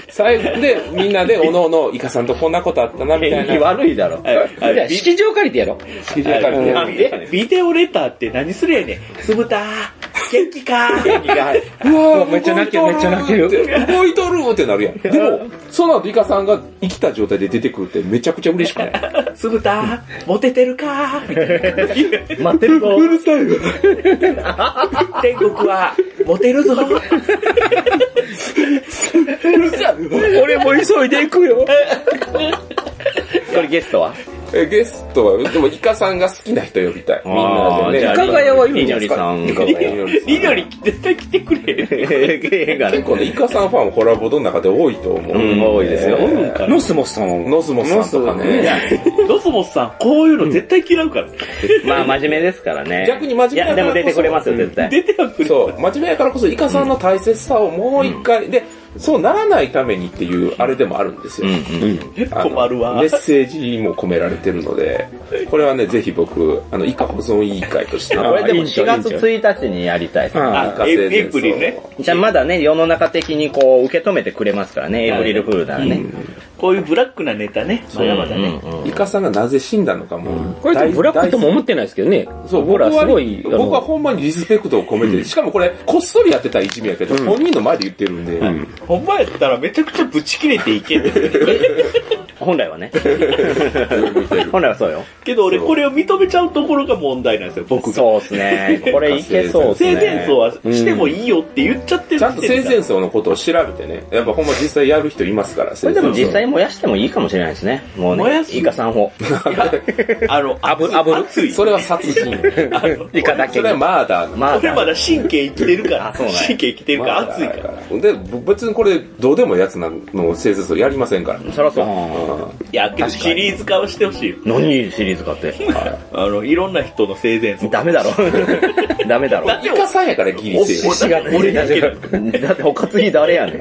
Speaker 2: 最後で、みんなで、おのおの、イカさんとこんなことあったな、みた
Speaker 1: 天気
Speaker 2: いな。
Speaker 1: 悪いだろ。
Speaker 5: いや、式場借りてやろう。
Speaker 2: 記事を書いてね
Speaker 4: え、ビデオレターって何するやねん。つぶた元気か
Speaker 2: うわー
Speaker 5: めっちゃ泣けるめっちゃ泣ける
Speaker 2: 動いとるってなるやん。でも、その後イカさんが生きた状態で出てくるってめちゃくちゃ嬉しくない
Speaker 4: つぶたモテてるかみたいな
Speaker 1: 待ってるぞ。
Speaker 2: うるさいよ。
Speaker 4: 天国はモテるぞ。
Speaker 5: 俺も急いでいくよ。
Speaker 1: これゲストは
Speaker 2: え、ゲストは、でもイカさんが好きな人呼びたい。みんなで
Speaker 1: じゃあ
Speaker 2: ね。
Speaker 5: イカがやはいる
Speaker 1: り
Speaker 5: んじ
Speaker 1: の
Speaker 5: ゃない
Speaker 1: り
Speaker 5: で
Speaker 1: さ
Speaker 5: すか
Speaker 1: ん
Speaker 2: イカ
Speaker 1: が。
Speaker 2: がやる
Speaker 4: りのり絶対来てくれ。
Speaker 1: ええが
Speaker 2: 結構ね、イカさんファンコラボの中で多いと思う。
Speaker 1: うん、多いですよ。
Speaker 5: ノスモスさん。
Speaker 2: ノスモスさんとかね。
Speaker 4: ロスボスさん、こういうの絶対嫌うから。
Speaker 1: まあ真面目ですからね。
Speaker 2: 逆に真面目
Speaker 1: いや、
Speaker 2: だか
Speaker 1: でも出
Speaker 2: らこそ
Speaker 1: てくれますよ、絶対。
Speaker 4: 出てはくれ。
Speaker 2: そう、真面目やからこそイカさんの大切さをもう一回、で、そうならないためにっていうあれでもあるんですよ。あの
Speaker 4: 困るわ
Speaker 2: メッ。セージも込められてるので、これはね、ぜひ僕、あの、イカ保存委員会として、
Speaker 1: これでも
Speaker 5: いいんちゃ
Speaker 1: 4
Speaker 5: う
Speaker 1: 月1日にやりたいですね。
Speaker 5: うん
Speaker 4: あ
Speaker 2: イカ、
Speaker 4: エ
Speaker 2: 生前
Speaker 4: イプリルね。
Speaker 1: じゃあまだね、世の中的にこう、受け止めてくれますからね、エイプリルフールならね。
Speaker 4: こういうブラックなネタね。まだまだね。
Speaker 1: うんうんうん
Speaker 2: 層イカさんがなぜ死んだのかも。
Speaker 5: これでもブラックとも
Speaker 2: 大
Speaker 5: 思ってないですけどね。
Speaker 2: そう、
Speaker 5: 僕
Speaker 2: 僕
Speaker 5: ら
Speaker 2: は
Speaker 5: すごい、あの
Speaker 2: 僕はほんまにリスペクトを込めて、しかもこれ、こっそりやってたいじめやけど、本人の前で言ってるんで、
Speaker 4: ほんまやったらめちゃくちゃブチ切れていける。
Speaker 1: 本来は ね。本来はそうよ。
Speaker 4: けど俺これを認めちゃうところが問題なんですよ、僕が。
Speaker 1: そうです ね。これいけそうです
Speaker 4: 生
Speaker 1: ね。
Speaker 4: 前層はしてもいいよって言っちゃってる
Speaker 2: ちゃんと生前層のことを調べてね、やっぱほんま実際やる人いますから、
Speaker 1: これでも
Speaker 2: 生前
Speaker 1: 実際燃やしてもいいかもしれないですね。もう
Speaker 4: 燃
Speaker 1: ね
Speaker 4: や、す
Speaker 1: イカさん を。
Speaker 4: あの、あぶ、熱い。
Speaker 2: 層それは殺人。
Speaker 1: イカだけ
Speaker 2: それはマーダーな。
Speaker 1: まあ、
Speaker 4: 俺まだ神経いってるから、
Speaker 1: あそうなんや
Speaker 4: 神経きてるから熱いから。
Speaker 2: ら。で、別にこれ、どうでもいいやつなの生前層やりませんから。
Speaker 1: そらそう。
Speaker 4: いや、けどシリーズ化をしてほしいよ。
Speaker 1: 何シリーズか って。
Speaker 4: あの、いろんな人の生前層。
Speaker 1: ダメだろ。 ダメだろ。
Speaker 2: イカさんやからギリセーフ。
Speaker 4: 俺だけだ。
Speaker 1: だって他次誰やねん。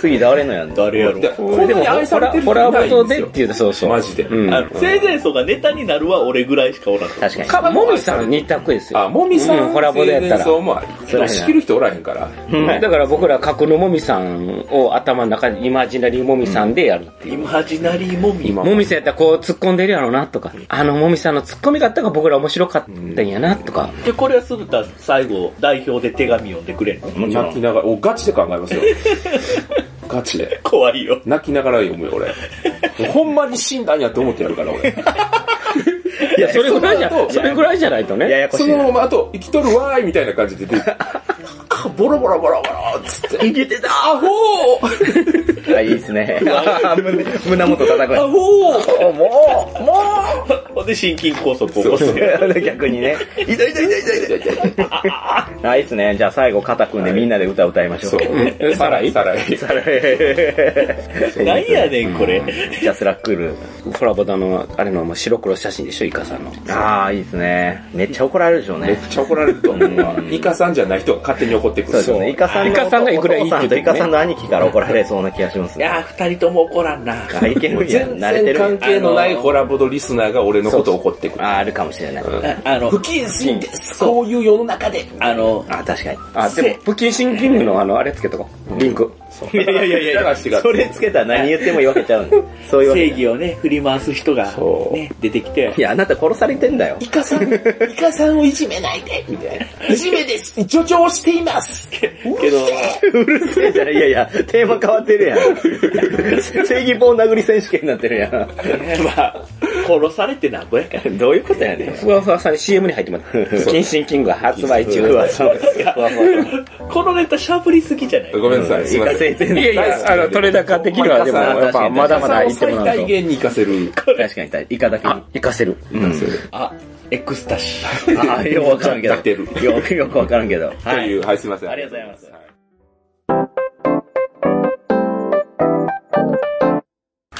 Speaker 1: 次誰のやん。
Speaker 4: 誰やろ。
Speaker 2: でこんなに愛されてる
Speaker 5: ホ
Speaker 2: 人
Speaker 5: ラ
Speaker 2: いな
Speaker 5: ー
Speaker 2: い
Speaker 5: ボ
Speaker 2: ん
Speaker 5: トです
Speaker 2: で
Speaker 5: っ
Speaker 2: よ
Speaker 5: て。いうと、そうそう。
Speaker 2: マジで。
Speaker 4: あの、生前層がネタになるは俺ぐらいしかおらん。
Speaker 1: 確か
Speaker 5: かもみさん二択ですよ。
Speaker 2: あ、もみさ、
Speaker 5: うんんコラボでやったら
Speaker 2: 生前層もあり。でも仕切る人おらへんから。
Speaker 5: うんだから僕ら架空のもみさんを頭の中にイマジナリーもみさんでやるってい
Speaker 4: イ
Speaker 5: う。
Speaker 4: マジナリーもみ。
Speaker 2: 今
Speaker 5: もみさんやったらこう突っ込んでるやろうなとか、あのもみさんの突っ込み方が僕ら面白かったんやなとか、
Speaker 4: で、これはすぐた最後、代表で手紙読んでくれんの
Speaker 1: に。もちろ
Speaker 2: 泣き
Speaker 1: ん。
Speaker 2: ながら、お、ガチで考えますよ。ガチで。
Speaker 4: 怖いよ。
Speaker 2: 泣きながら読むよ、俺。ほんまに死んだんやと思ってやるから、俺。
Speaker 5: いや、それぐらいじゃ
Speaker 2: その後、
Speaker 5: それぐらいじゃないと
Speaker 1: や
Speaker 5: ね。
Speaker 1: やこし
Speaker 2: そ
Speaker 1: いな。
Speaker 2: のまま、あと、生きとるわーいみたいな感じで出て、ーボロボロボロボロつって、いけてたアホー
Speaker 1: あ、いいです ね。あ胸胸元叩
Speaker 2: ア
Speaker 1: く。
Speaker 2: ホー
Speaker 1: おもうも
Speaker 4: ほんで、心筋梗塞を起こす。
Speaker 1: う逆にね。痛い痛い痛い痛い痛い痛い。あ、いいですね。じゃあ最後肩組んでみんなで歌歌いまし ょう。
Speaker 2: そう。さらいさらい。
Speaker 1: さらへ
Speaker 4: 何やねん、これ。
Speaker 1: じゃあスラックル。
Speaker 5: コラボだの、あれのもう白黒写真でしょ、イカさんの。
Speaker 1: ああ、いいですね。めっちゃ怒られるでしょう
Speaker 2: めっ
Speaker 1: ね。
Speaker 2: ちゃ怒られると思うわ。イカさんじゃない人が勝手に怒ってく
Speaker 1: そう
Speaker 2: る。
Speaker 1: ですね。イカさんの
Speaker 5: イカさんがいくらいいって
Speaker 1: お父さんと
Speaker 5: 言
Speaker 1: イ
Speaker 5: っても
Speaker 1: カ
Speaker 5: ね
Speaker 1: さんの兄貴から怒られそうな気がします
Speaker 4: いやー、二人とも怒らんな。
Speaker 1: あ、いけるんやん。
Speaker 2: 全
Speaker 1: 慣れて
Speaker 2: 然
Speaker 1: るや
Speaker 2: 関
Speaker 1: ん。
Speaker 2: 係のないコラボのリスナーが俺のことを怒ってくる。
Speaker 1: あ、あるかもしれない。
Speaker 4: ああの、
Speaker 2: 不謹慎です。こういう世の中で。
Speaker 4: あの、
Speaker 1: あ、確かに。
Speaker 5: あ、でも、不謹慎キングのあの、あれつけとこう。リンク。
Speaker 1: いやいやいやいや、
Speaker 2: 流してが
Speaker 1: それつけたら何言ってもいいわけちゃうんで。そういうわけじゃ
Speaker 4: 正
Speaker 1: ない。
Speaker 4: 義をね、振り回す人が
Speaker 2: そ、う
Speaker 4: ね、出てきて
Speaker 1: い、や、あなた殺されてんだよ。
Speaker 2: イ カさん、イカさんをいじめないで。みたいな。いじめです。助長しています。
Speaker 4: けど、
Speaker 1: うるせえじゃない。いやいや、テーマ変わってるやん。正義棒殴り選手権になってるや
Speaker 4: まあ、殺されてなんぼやから。
Speaker 1: ん。どういうことやねん。
Speaker 5: ふわふわさんに CM に入ってます。不謹慎キング発売中。
Speaker 1: ふわふわふ わふわ
Speaker 4: このネタしゃぶりすぎじゃない
Speaker 2: ごめんなさい。すいません。
Speaker 1: 生前
Speaker 5: いやいや、あの、取れ高的には、でも、やっぱ、まだまだいってもらう
Speaker 2: 最大
Speaker 5: と。
Speaker 2: 限に活かせる。
Speaker 1: 確かにた、イカだけに。
Speaker 5: 活かせる。
Speaker 4: あ、エクスタシー。
Speaker 1: あよくわからんけ
Speaker 2: 立てる
Speaker 1: ど。よくよくわからんけど。
Speaker 2: と
Speaker 1: はいい。
Speaker 2: う、はい、すいません。
Speaker 1: ありがとうございます
Speaker 2: は。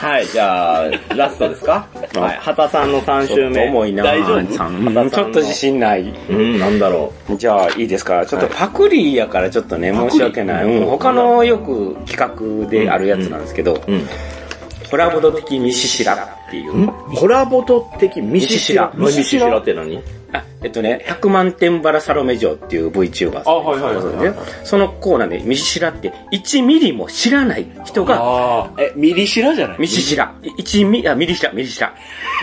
Speaker 1: はい、じゃあ、ラストですかはい、畑さんの3
Speaker 5: ちょ
Speaker 1: 周
Speaker 5: っと
Speaker 1: 目。
Speaker 5: 重いな
Speaker 1: 大丈夫
Speaker 5: 夫ちょっと自信ない。
Speaker 1: うん、なんだろ
Speaker 5: じゃあいいですかちょっとパクリやからちょっとね、申し訳ない。うん、他のよく企画であるやつなんですけど、
Speaker 1: う。うん。
Speaker 5: コラボド的ミシシラっていう。
Speaker 1: コラボト的ミシシラ。
Speaker 5: ミシシラ
Speaker 1: ミって何
Speaker 5: あ、えっとね、100万点バラサロメ嬢っていう VTuber さん
Speaker 2: はいはいはい
Speaker 5: そうですねそのコーナーでミシシラって1ミリも知らない人が、
Speaker 2: あ
Speaker 4: え、ミリシラじゃない
Speaker 5: ミシシラ。1ミリ、あ、ミリシラ、ミリシラ。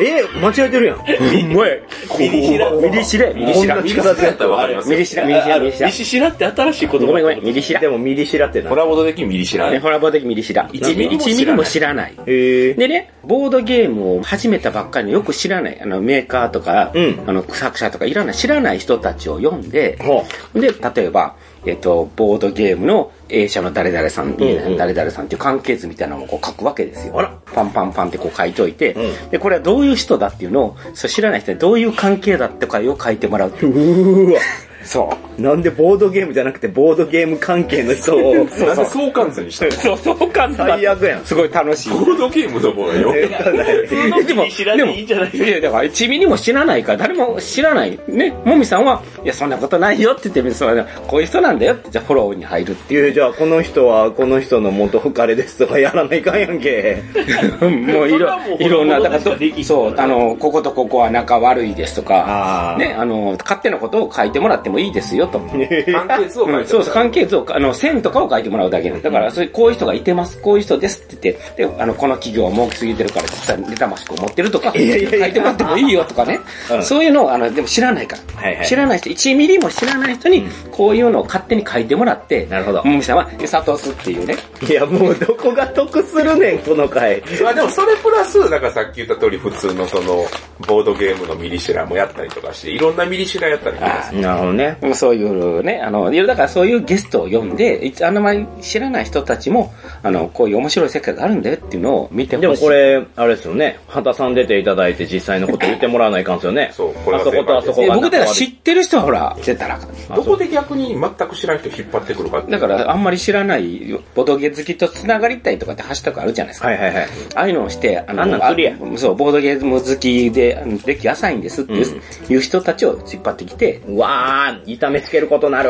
Speaker 1: えー、間違えてるやん。
Speaker 5: うんまい。ミリシラ。ミリシラ、ミリシラ。
Speaker 1: こんな
Speaker 5: ミリシ
Speaker 1: 力強いやったらわかり
Speaker 5: ラ、
Speaker 1: ます
Speaker 5: ミリシラ、ミリシラミリシラ
Speaker 4: ミ。シシラって新しい言葉。
Speaker 5: ごめんごめん、ミリシラ
Speaker 1: で。もミリシラって
Speaker 2: あ。コ
Speaker 1: 何
Speaker 2: ラボ的ミリシラ
Speaker 5: ね
Speaker 2: ね。
Speaker 5: ホラボー的ミリシラ。1
Speaker 2: ミリも知らない
Speaker 5: ミリも知らない。
Speaker 1: へえ。
Speaker 5: でね、ボードゲームを始めたばっかりのよく知らない、あの、メーカーとか、
Speaker 1: うん
Speaker 5: あの、作者とか、いろんな知らない人たちを読んで、
Speaker 1: ほ
Speaker 5: で、例えば、えっと、ボードゲームの A 社の誰々さん、B 社の誰々さんっていう関係図みたいなのをこう書くわけですよ。
Speaker 1: あら
Speaker 5: パンパンパンってこう書いといて、で、これはどういう人だっていうのを、そう知らない人にどういう関係だとかを書いてもらうっていう
Speaker 1: う。うーわ。
Speaker 5: そう。
Speaker 1: なんでボードゲームじゃなくてボードゲーム関係の人を。
Speaker 2: なんで相関図にしたの
Speaker 5: そう、そうかん
Speaker 1: 最悪やん。
Speaker 5: すごい楽しい。
Speaker 2: ボードゲームの方がよ。
Speaker 4: 普通のミリシラでいいんじゃない
Speaker 5: いや、だから、一ミリも知らないから、誰も知らない。ね、もみさんは、いや、そんなことないよって言って、そうこういう人なんだよって、じゃあフォローに入る って
Speaker 1: いやじゃあこの人はこの人の元彼ですとかやらないかんやんけ。
Speaker 5: いう。もう、い
Speaker 4: それ
Speaker 5: ろ
Speaker 4: はも、う
Speaker 5: いろんな、だから
Speaker 4: ほとんどの人はできひん
Speaker 5: ど、そう、あの、こことここは仲悪いですと
Speaker 1: あ
Speaker 5: か
Speaker 1: ー、
Speaker 5: ね、あの、勝手なことを書いてもらってもいいですよと。
Speaker 2: 関係図を書
Speaker 5: うん
Speaker 2: いてる
Speaker 5: そうそう、関係図を、あの、線とかを書いてもらうだけなんだから、そういう、こういう人がいてます、こういう人ですって言って、で、あの、この企業は儲けすぎてるから、実はネタましく思ってるとか、書いてもらってもいいよとかね、そういうのを、あの、でも知らないから、
Speaker 1: はいはい
Speaker 5: 知らない人、1ミリも知らない人に、こういうのを勝手に書いてもらって、
Speaker 1: なるほど
Speaker 5: もみさんは、で佐藤すっていうね、
Speaker 1: いやもうどこが得するねん、この回。
Speaker 2: まあでもそれプラス、なんかさっき言った通り普通のその、ボードゲームのミリシラもやったりとかして、いろんなミリシラやったりとかして。
Speaker 1: なるほどね。
Speaker 5: そういうね、あの、いやだからそういうゲストを呼んで、いつあんまり知らない人たちも、あの、こういう面白い世界があるんだよっていうのを見てほし
Speaker 1: で
Speaker 5: い。
Speaker 1: もこれ、あれですよね。畑さん出ていただいて実際のこと言ってもらわないかんですよね。
Speaker 2: そうこれ
Speaker 1: あ
Speaker 2: が
Speaker 1: そことあそこ
Speaker 5: で
Speaker 1: が。
Speaker 5: 僕たちが知ってる人はほら、出たらあかん、
Speaker 2: どこで逆に全く知らん人引っ張ってくるかって。
Speaker 5: だから、あんまり知らない、ボドゲ好きと繋がりたいとかってハッシュタグあるじゃないですか。
Speaker 1: はいはいはい。
Speaker 5: ああいうのをして、あの、
Speaker 1: あんなん釣りや
Speaker 5: あそう、ボードゲーム好きで、あの歴浅いんですっていう,、いう人たちを引っ張ってきて、
Speaker 1: うわー、痛めつけることなる。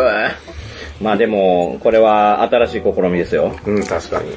Speaker 1: まあでも、これは新しい試みですよ。
Speaker 2: うん、確かに。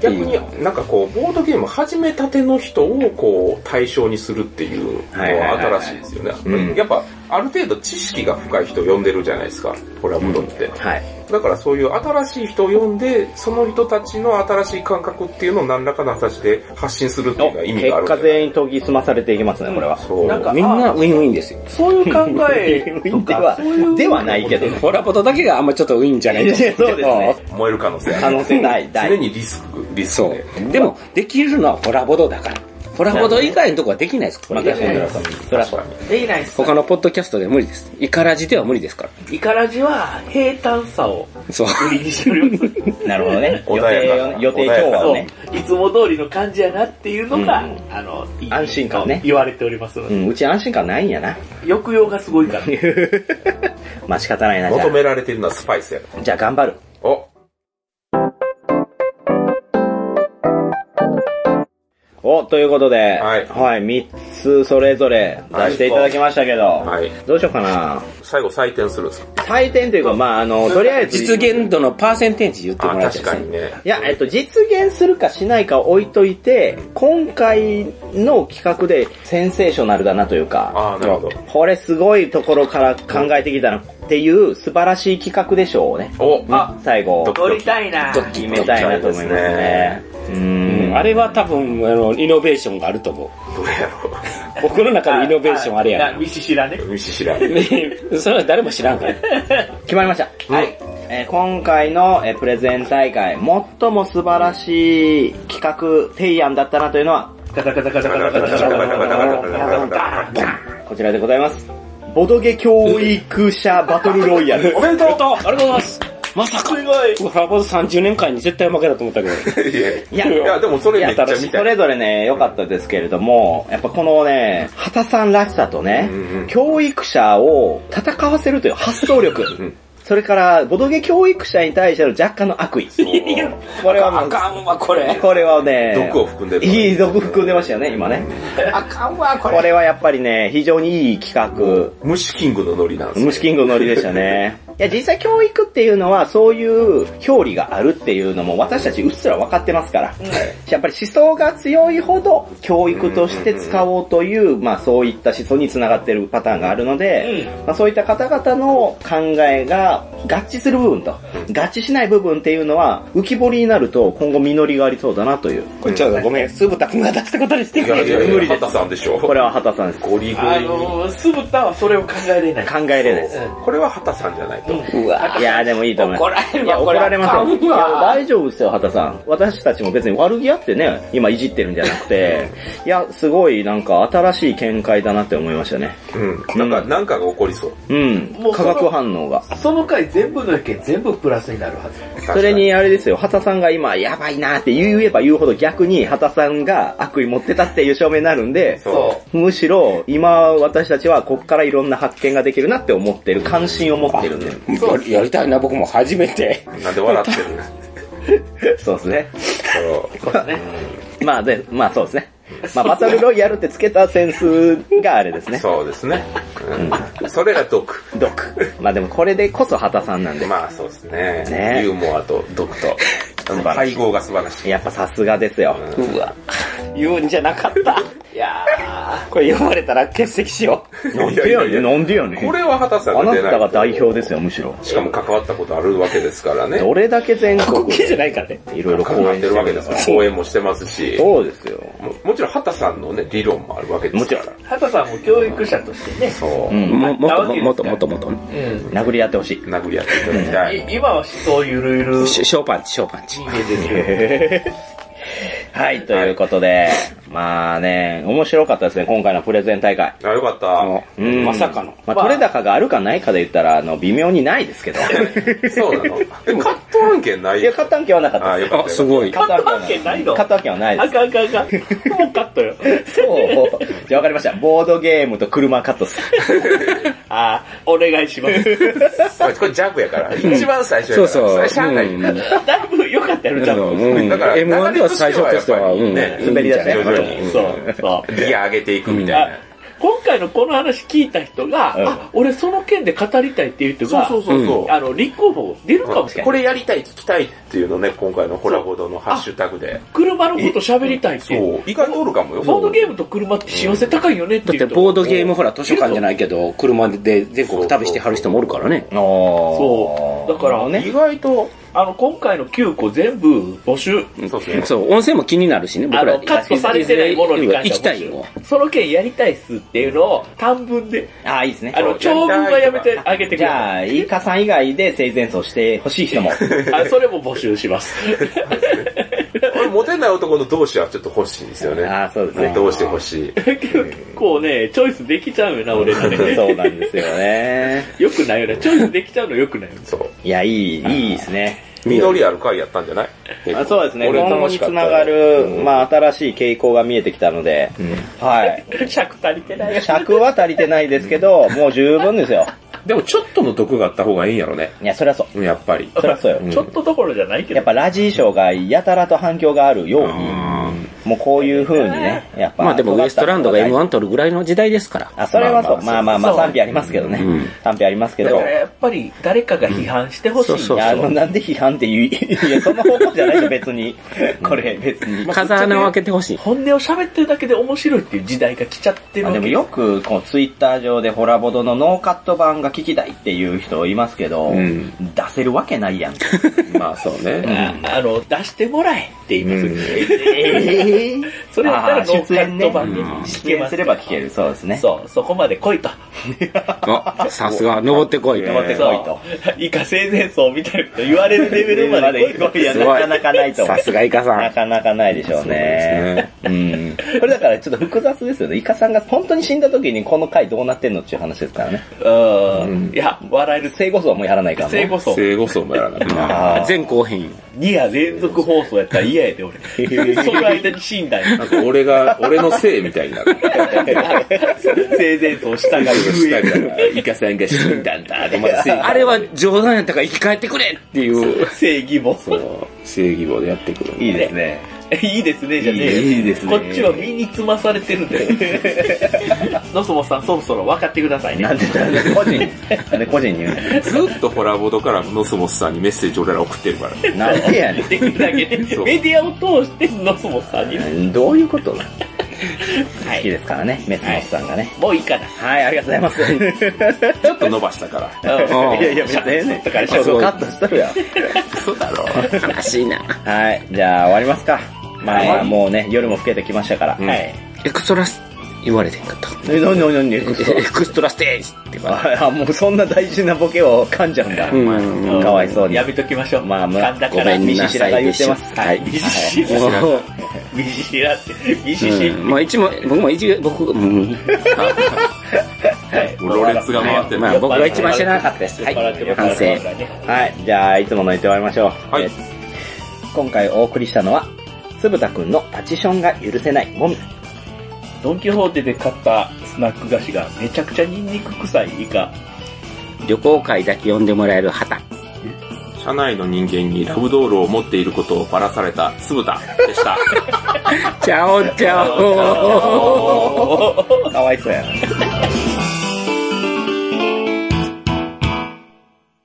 Speaker 2: 逆になんかこう、ボードゲーム始めたての人をこう、対象にするっていうの
Speaker 1: はいはい
Speaker 2: は
Speaker 1: はいはい
Speaker 2: 新しいですよね。
Speaker 1: うん
Speaker 2: やっぱ、ある程度知識が深い人を呼んでるじゃないですか、コラボドって。
Speaker 1: はい。
Speaker 2: だからそういう新しい人を呼んで、その人たちの新しい感覚っていうのを何らかの形で発信するっていうのは意味
Speaker 1: 結
Speaker 2: があるんじ
Speaker 1: 果
Speaker 2: ゃない
Speaker 1: 全員研ぎ澄まされていきますね、これは。
Speaker 2: そう。
Speaker 4: なんか
Speaker 5: みんなウィンウィンですよ。
Speaker 4: そういう考え
Speaker 1: で
Speaker 4: と か、そういう
Speaker 1: は、ではないけど。
Speaker 5: ホラボドだけがあんまちょっとウィンじゃない
Speaker 1: いやいやそうですね。
Speaker 2: 燃える可能性あ
Speaker 1: 可
Speaker 2: る。
Speaker 1: 能性大、
Speaker 2: 常
Speaker 1: 大。
Speaker 2: にリスク、リス
Speaker 5: そ
Speaker 2: クね。
Speaker 5: う。でも、できるのはホラボドだから。ホラほど以外のとこはできないです。これ
Speaker 1: できないです
Speaker 5: そらそう。
Speaker 4: できないっす。
Speaker 5: 他のポッドキャストでは無理です。イカラジでは無理ですから。
Speaker 4: イカラジは平坦さを
Speaker 5: そう。
Speaker 4: 売りにしております。
Speaker 1: なるほどね。予
Speaker 2: 穏
Speaker 1: 定
Speaker 2: や
Speaker 1: よ
Speaker 2: かな
Speaker 1: ね、予定調和
Speaker 4: そ
Speaker 1: を
Speaker 4: う
Speaker 1: ね。。
Speaker 4: いつも通りの感じやなっていうのが、
Speaker 1: うん
Speaker 4: あの、いい
Speaker 1: 安心感ね
Speaker 4: 言われておりますの
Speaker 1: う
Speaker 4: で。
Speaker 1: ん、うち安心感ないんやな。
Speaker 4: 抑揚がすごいから。
Speaker 1: まあ仕方ないな、じゃ
Speaker 2: 求められてるのはスパイスやか
Speaker 1: あ。じゃあ頑張る。
Speaker 2: ら。お
Speaker 1: お、ということで、
Speaker 2: はい
Speaker 1: 三つそれぞれ出していただきましたけど、
Speaker 2: はい。
Speaker 1: どうしようかな。
Speaker 2: 最後採点するんですか
Speaker 1: 採点というか、まああの、とりあえず、
Speaker 5: 実現度のパーセンテージ言っても
Speaker 2: あ、
Speaker 5: らいたい
Speaker 2: 確
Speaker 5: で
Speaker 2: か
Speaker 5: すね
Speaker 2: に。ね。
Speaker 1: いや、えっと、実現するかしないか置いといて、今回の企画でセンセーショナルだなというか、
Speaker 2: ああ、なるほど。
Speaker 1: これすごいところから考えてきたなっていう素晴らしい企画でしょうね。
Speaker 2: お、
Speaker 4: あ、
Speaker 1: 最後、
Speaker 4: 撮りたいな
Speaker 5: ドッキ
Speaker 1: 決めたいなと思いますね。う
Speaker 5: うん
Speaker 1: ん。
Speaker 5: あれは多分、あの、イノベーションがあると思う。
Speaker 2: どうやろ
Speaker 5: 僕の中でイノベーションあれや
Speaker 4: な見知知らね。
Speaker 2: う。見知知らん。
Speaker 5: な。それは誰も知らんから。
Speaker 1: 決まりました。
Speaker 2: はい。
Speaker 1: えー今回の、えープレゼン大会、最も素晴らしい企画提案だったなというのは、
Speaker 4: カタカタカタカタカタカタカタカタ
Speaker 1: こちらでございます。ボドゲ教育者バトルロイヤル。
Speaker 5: おめでとうありがとうございますまさかすごいラボズ30年間に絶対負けだと思ったけど。
Speaker 2: いやい
Speaker 1: いや、
Speaker 2: や、でもそ
Speaker 1: い
Speaker 2: れめ
Speaker 1: や
Speaker 2: っちゃ見
Speaker 1: そ
Speaker 2: たい。
Speaker 1: れぞれね、良かったですけれども、やっぱこのね、畑さんらしさとね、
Speaker 2: うんうん
Speaker 1: 教育者を戦わせるという発想力。
Speaker 2: ん
Speaker 1: それから、ボドゲ教育者に対しての若干の悪 意。これはもう、
Speaker 5: かんわ、これ。
Speaker 1: これはね、
Speaker 2: 毒を含んでる
Speaker 1: いい毒含んでましたよね、今ね。
Speaker 5: あかんわ、こ
Speaker 1: これはやっぱりね、非常にいい企画。
Speaker 2: 虫キングのノリなんですよ
Speaker 1: 虫キングのノリでしたね。いや、実際教育っていうのは、そういう表裏があるっていうのも、私たちうっすら分かってますから。やっぱり思想が強いほど、教育として使おうという、まあそういった思想につながってるパターンがあるので、まあそういった方々の考えが合致する部分と、合致しない部分っていうのは、浮き彫りになると、今後実りがありそうだなという。
Speaker 5: これちょっとごめん、すぶたくんが出したことにして
Speaker 2: いやいやいや
Speaker 1: 無理です
Speaker 2: 畑さんでしょ。
Speaker 1: これは畑さんです。
Speaker 2: ゴリゴ
Speaker 4: あ
Speaker 2: リに。
Speaker 4: のー、酢豚はそれを考えれない。
Speaker 1: 考えれないです。
Speaker 2: これは畑さんじゃないと。
Speaker 5: うわ
Speaker 1: いやーでもいいと思います。
Speaker 5: 怒られる
Speaker 1: いや
Speaker 5: わ、
Speaker 1: 怒
Speaker 5: これ。
Speaker 1: られません。い
Speaker 5: あ
Speaker 1: や
Speaker 5: かんわ
Speaker 1: 大丈夫ですよ、畑さん。私たちも別に悪気あってね、今いじってるんじゃなくて、いや、すごいなんか新しい見解だなって思いましたね。
Speaker 2: うん。なんか、なんかが起こりそう。
Speaker 1: うん
Speaker 4: も。う
Speaker 1: 化
Speaker 4: その
Speaker 1: 学反応が。
Speaker 4: その回全部の意見全部プラスになるはず。
Speaker 1: それにあれですよ、畑さんが今やばいなーって言えば言うほど逆に畑さんが悪意持ってたっていう証明になるんで、
Speaker 2: そ
Speaker 1: むしろ今私たちはこっからいろんな発見ができるなって思ってる、関心を持ってるんで。
Speaker 5: やりやりたいな、僕も初めて。
Speaker 2: う。なんで笑ってるんです
Speaker 1: そうですね。
Speaker 2: か
Speaker 1: まあで、まあそうですね。まあバトルロイヤルってつけたセンスがあれですね。
Speaker 2: そうですね。うんそれが毒。
Speaker 1: 毒。まあでもこれでこそ畑さんなんで。
Speaker 2: まあそうですね
Speaker 1: ね。
Speaker 2: ユーモアと毒と。あの
Speaker 1: 晴らしい
Speaker 2: 配合が素晴らしい。
Speaker 1: やっぱさすがですよ。
Speaker 5: うわ。言うんじゃなかった。
Speaker 4: いやー。
Speaker 5: これ読まれたら欠席しよ
Speaker 1: なんでやねん、なんでやね
Speaker 2: こ
Speaker 1: ん。
Speaker 2: れは畑さん
Speaker 1: あ
Speaker 2: が
Speaker 1: な
Speaker 2: 出ない
Speaker 1: た
Speaker 2: と
Speaker 1: が代表ですよ、むしろ。
Speaker 2: しかも関わったことあるわけですからね。
Speaker 1: どれだけ全
Speaker 5: う。こ
Speaker 1: 国
Speaker 5: こ系じゃ
Speaker 1: で
Speaker 5: ないからね。
Speaker 1: いろいろ
Speaker 2: 関
Speaker 1: 講
Speaker 2: わっ
Speaker 1: 演
Speaker 2: てるわけですから。講演もしてますし。
Speaker 1: そうですよ。
Speaker 2: ももちろん畑さんのね、理論もあるわけですから。
Speaker 1: もち
Speaker 4: 畑さんも教育者としてね。
Speaker 2: そうう。
Speaker 1: ん。
Speaker 5: もっともっともっともっともっ
Speaker 4: うん。
Speaker 1: 殴り合ってほしい。
Speaker 2: 殴り合っていただきたい。
Speaker 4: い今は思想ゆるゆる
Speaker 5: と。ショショーパンチ、ショーパンチ
Speaker 4: 人。間ですよ。
Speaker 1: はい、ということで、まあね、面白かったですね、今回のプレゼン大会。
Speaker 2: あ、よかっ
Speaker 1: うん
Speaker 5: まさかの。
Speaker 1: まあ、取れ高があるかないかで言ったら、あの、微妙にないですけど。
Speaker 2: た。そうなの。え、カット案件ない
Speaker 1: いや、勝ったんけはなかった
Speaker 2: あ、
Speaker 1: です。
Speaker 2: よかった。
Speaker 5: ごい。
Speaker 1: 勝ったんけは
Speaker 4: カット案件ないの
Speaker 1: 勝ったんけはないです
Speaker 4: あ。かんあかんあかん。もうカットよ。
Speaker 1: そう。じゃあわかりました。ボードゲームと車カットっす。
Speaker 4: あー、お願いします。
Speaker 2: これこれジャブやから。一番最初や
Speaker 5: そ
Speaker 2: か
Speaker 5: うそ
Speaker 2: ら。
Speaker 5: う。
Speaker 2: れしゃあない。
Speaker 5: うん
Speaker 4: だいぶ良かったよ、ちゃんと。
Speaker 5: うん
Speaker 2: だから、
Speaker 5: M1 では最初としては、
Speaker 2: 流
Speaker 5: う
Speaker 2: れ
Speaker 5: ん。
Speaker 2: ね、
Speaker 1: 滑り出しね
Speaker 2: 徐々に。
Speaker 4: そう、そう。
Speaker 2: ギア上げていくみたい
Speaker 4: あ
Speaker 2: な。
Speaker 4: 今回のこの話聞いた人が、
Speaker 1: うん
Speaker 4: あ、俺その件で語りたいっていう人が、
Speaker 2: そうそうそうそう
Speaker 4: あの、立候補出るかもしれない。
Speaker 2: これやりたい、聞きたいっていうのね、今回のホラボドのハッシュタグで。
Speaker 4: 車のこと喋りたいって
Speaker 2: そ
Speaker 4: いう。
Speaker 2: う、意外とおるかもよ。
Speaker 4: ボードゲームと車って幸せ高いよねって
Speaker 5: だっ
Speaker 4: いう
Speaker 5: て
Speaker 4: 人。
Speaker 5: ボードゲームほら図書館じゃないけど、車で全国旅してはる人もおるからね。
Speaker 1: お
Speaker 4: そう。だから、
Speaker 1: ね。
Speaker 4: 意外と、あの、今回の9個全部募集。
Speaker 2: そうです ね。
Speaker 5: そう、温泉も気になるしね、
Speaker 4: あ
Speaker 5: 僕ら
Speaker 4: の、。カットされてないものに関して
Speaker 5: 行きたい
Speaker 4: は
Speaker 5: よ。
Speaker 4: その件やりたいっすっていうのを短文で、
Speaker 1: ああ、いいですね
Speaker 4: あ。の、長文はやめてあげてく
Speaker 1: じ
Speaker 4: ださ
Speaker 1: ゃあ、イカさん以外で性善奏してほしい人も。
Speaker 4: い。あ、それも募集します。
Speaker 2: れモテない男の同士はちょっと欲しいんですよね。
Speaker 1: あーそうですね
Speaker 2: 同士で欲しい。
Speaker 4: こうね、チョイスできちゃうよな、俺らね。
Speaker 1: そうなんですよね。
Speaker 4: よくないよね。チョイスできちゃうのよくないよね。
Speaker 2: そう。
Speaker 1: いや、いい、いいですね。
Speaker 2: 実りある回やったんじゃない
Speaker 1: あそうですね。
Speaker 2: 俺
Speaker 1: 今後
Speaker 2: 楽
Speaker 1: に
Speaker 2: しか
Speaker 1: つ
Speaker 2: った
Speaker 1: な
Speaker 2: よ
Speaker 1: がる、
Speaker 2: うん
Speaker 1: まあ、新しい傾向が見えてきたので、はい。
Speaker 4: 尺足りてないよ。
Speaker 1: 尺は足りてないですけど、もう十分ですよ。
Speaker 2: でもちょっとの毒があった方がいいんやろね。
Speaker 1: いや、そりゃそう。
Speaker 2: うんやっぱり。
Speaker 1: そりゃそうよ。
Speaker 2: ん
Speaker 4: ちょっとどころじゃないけ
Speaker 1: や
Speaker 4: ど
Speaker 1: っ。ぱラジーショーがやたらと反響があるように、もうこういう風にね、やっぱ。
Speaker 5: まあでもウエストランドが
Speaker 1: 尖った
Speaker 5: M1 取るぐらいの時代ですから。
Speaker 1: あ、それはそう。まあまあまあ、
Speaker 4: そう
Speaker 1: 賛否ありますけどね。賛否ありますけ
Speaker 4: だ
Speaker 1: ど
Speaker 4: か。らやっぱり誰かが批判してほしい。
Speaker 5: そうそう
Speaker 1: いや、あの、なんで批判って言い、いや、そんな方向じゃないでしょ、別に。これ、別に。
Speaker 5: 風穴を開けてほしい。
Speaker 4: 本音を喋ってるだけで面白いっていう時代が来ちゃってる
Speaker 1: あ
Speaker 4: わ
Speaker 1: で
Speaker 4: け
Speaker 1: もよく、こう、ツイッター上でホラボドのノーカット版が聞きたいっていう人いますけど、
Speaker 2: ん
Speaker 1: 出せるわけないやん。
Speaker 2: まあそうね。
Speaker 4: あの、出してもらえって言いますよね。
Speaker 1: え ー、
Speaker 4: それだったらノーカ
Speaker 1: 出演
Speaker 4: ッ
Speaker 1: ね
Speaker 4: ト版に聞
Speaker 1: 出
Speaker 4: けま
Speaker 1: 演
Speaker 4: す
Speaker 1: すれば聞ける、そうですね。
Speaker 4: そう、そこまで来いと。
Speaker 5: あ、さすが、登ってこいと。
Speaker 1: 登ってこいと。
Speaker 4: そう。以下生前層みたいなこと言われるレベルまで来いと。
Speaker 1: いや、なかなかないと思う
Speaker 5: さ。すがイカさ。
Speaker 1: なんかなかないでしょうね。うん。これだからちょっと複雑ですよね。イカさんが本当に死んだ時にこの回どうなってんのっていう話ですからね。
Speaker 4: うん。いや、笑える。
Speaker 1: 生後層はもうやらないから
Speaker 4: 生
Speaker 1: ね。
Speaker 4: 後層。
Speaker 2: 生後層もやらなくな。
Speaker 1: あー
Speaker 5: 全後編。
Speaker 4: 2夜連続放送やったら嫌や で、俺。その間に死んだん
Speaker 2: な
Speaker 4: や。
Speaker 2: んか俺が、俺のせいみたいになる。
Speaker 4: 生前層従う
Speaker 2: 下みたいな。イカさんが死んだんだと思って正義
Speaker 5: あれは冗談やったから生き返ってくれっていう。
Speaker 4: 正義も。
Speaker 2: そう正義棒でやってくる。
Speaker 1: いいですね。
Speaker 4: いいですね、じゃねえよ
Speaker 1: いいですね
Speaker 4: こっちは身につまされてるん だよ。のそもさん、そろそろ分かってくださいね
Speaker 1: な。んで、なんで個人に、なんで個人に言うの
Speaker 2: ずっとホラボドからノスモスさんにメッセージ俺ら送ってるから。
Speaker 1: なんでやね
Speaker 4: できるだけで、
Speaker 2: そう
Speaker 4: メディアを通して、のそもさんに。
Speaker 1: ん。どういうことなの好きですからね、メスモスさんがね。
Speaker 4: もういいかな。
Speaker 1: はい、ありがとうございます。
Speaker 2: ちょっと伸ばしたから。
Speaker 1: いやいや、別にね。だから、カットしとるやん。
Speaker 2: そうだろ。
Speaker 5: 悲しいな。
Speaker 1: はい、じゃあ終わりますか。まあまあ、もうね、夜も更けてきましたから。はい。
Speaker 5: エクストラス、言われてんかった。
Speaker 1: え、なになになに
Speaker 5: エクストラステージって言われ
Speaker 1: あ、もうそんな大事なボケを噛んじゃうんだ。
Speaker 5: うん
Speaker 1: かわいそうに。
Speaker 4: やめときましょう。
Speaker 1: まあまあ
Speaker 4: 噛んだか
Speaker 5: ごめ
Speaker 4: ら、
Speaker 5: ん
Speaker 4: ミ
Speaker 1: 見知
Speaker 4: シ
Speaker 5: な
Speaker 1: 知ら
Speaker 5: さ
Speaker 1: ない
Speaker 5: い
Speaker 1: 言っ
Speaker 5: で
Speaker 1: て
Speaker 5: し
Speaker 1: ます。はい。
Speaker 4: ミシ
Speaker 5: て。もう
Speaker 4: ミシラって、ミシシ。
Speaker 5: うんまあ一問、僕も一応、僕、うん
Speaker 4: はい
Speaker 2: もうロレツが回ってる
Speaker 5: ま。あ僕が一番知らなかったです。はい。
Speaker 4: 笑っても
Speaker 5: 反省。
Speaker 4: 笑ってもね
Speaker 1: はい、じゃあ、いつもの言って終わりましょう。
Speaker 2: はい
Speaker 1: えー今回お送りしたのは、つぶたくんのパチションが許せないもみ。
Speaker 4: ドンキホーテで買ったスナック菓子がめちゃくちゃニンニク臭いイカ。
Speaker 5: 旅行会だけ呼んでもらえる旗。
Speaker 2: 社内の人間にラブドールを持っていることをばらされたつぶたでした。
Speaker 5: チャオチャオ
Speaker 1: かわいそうやな。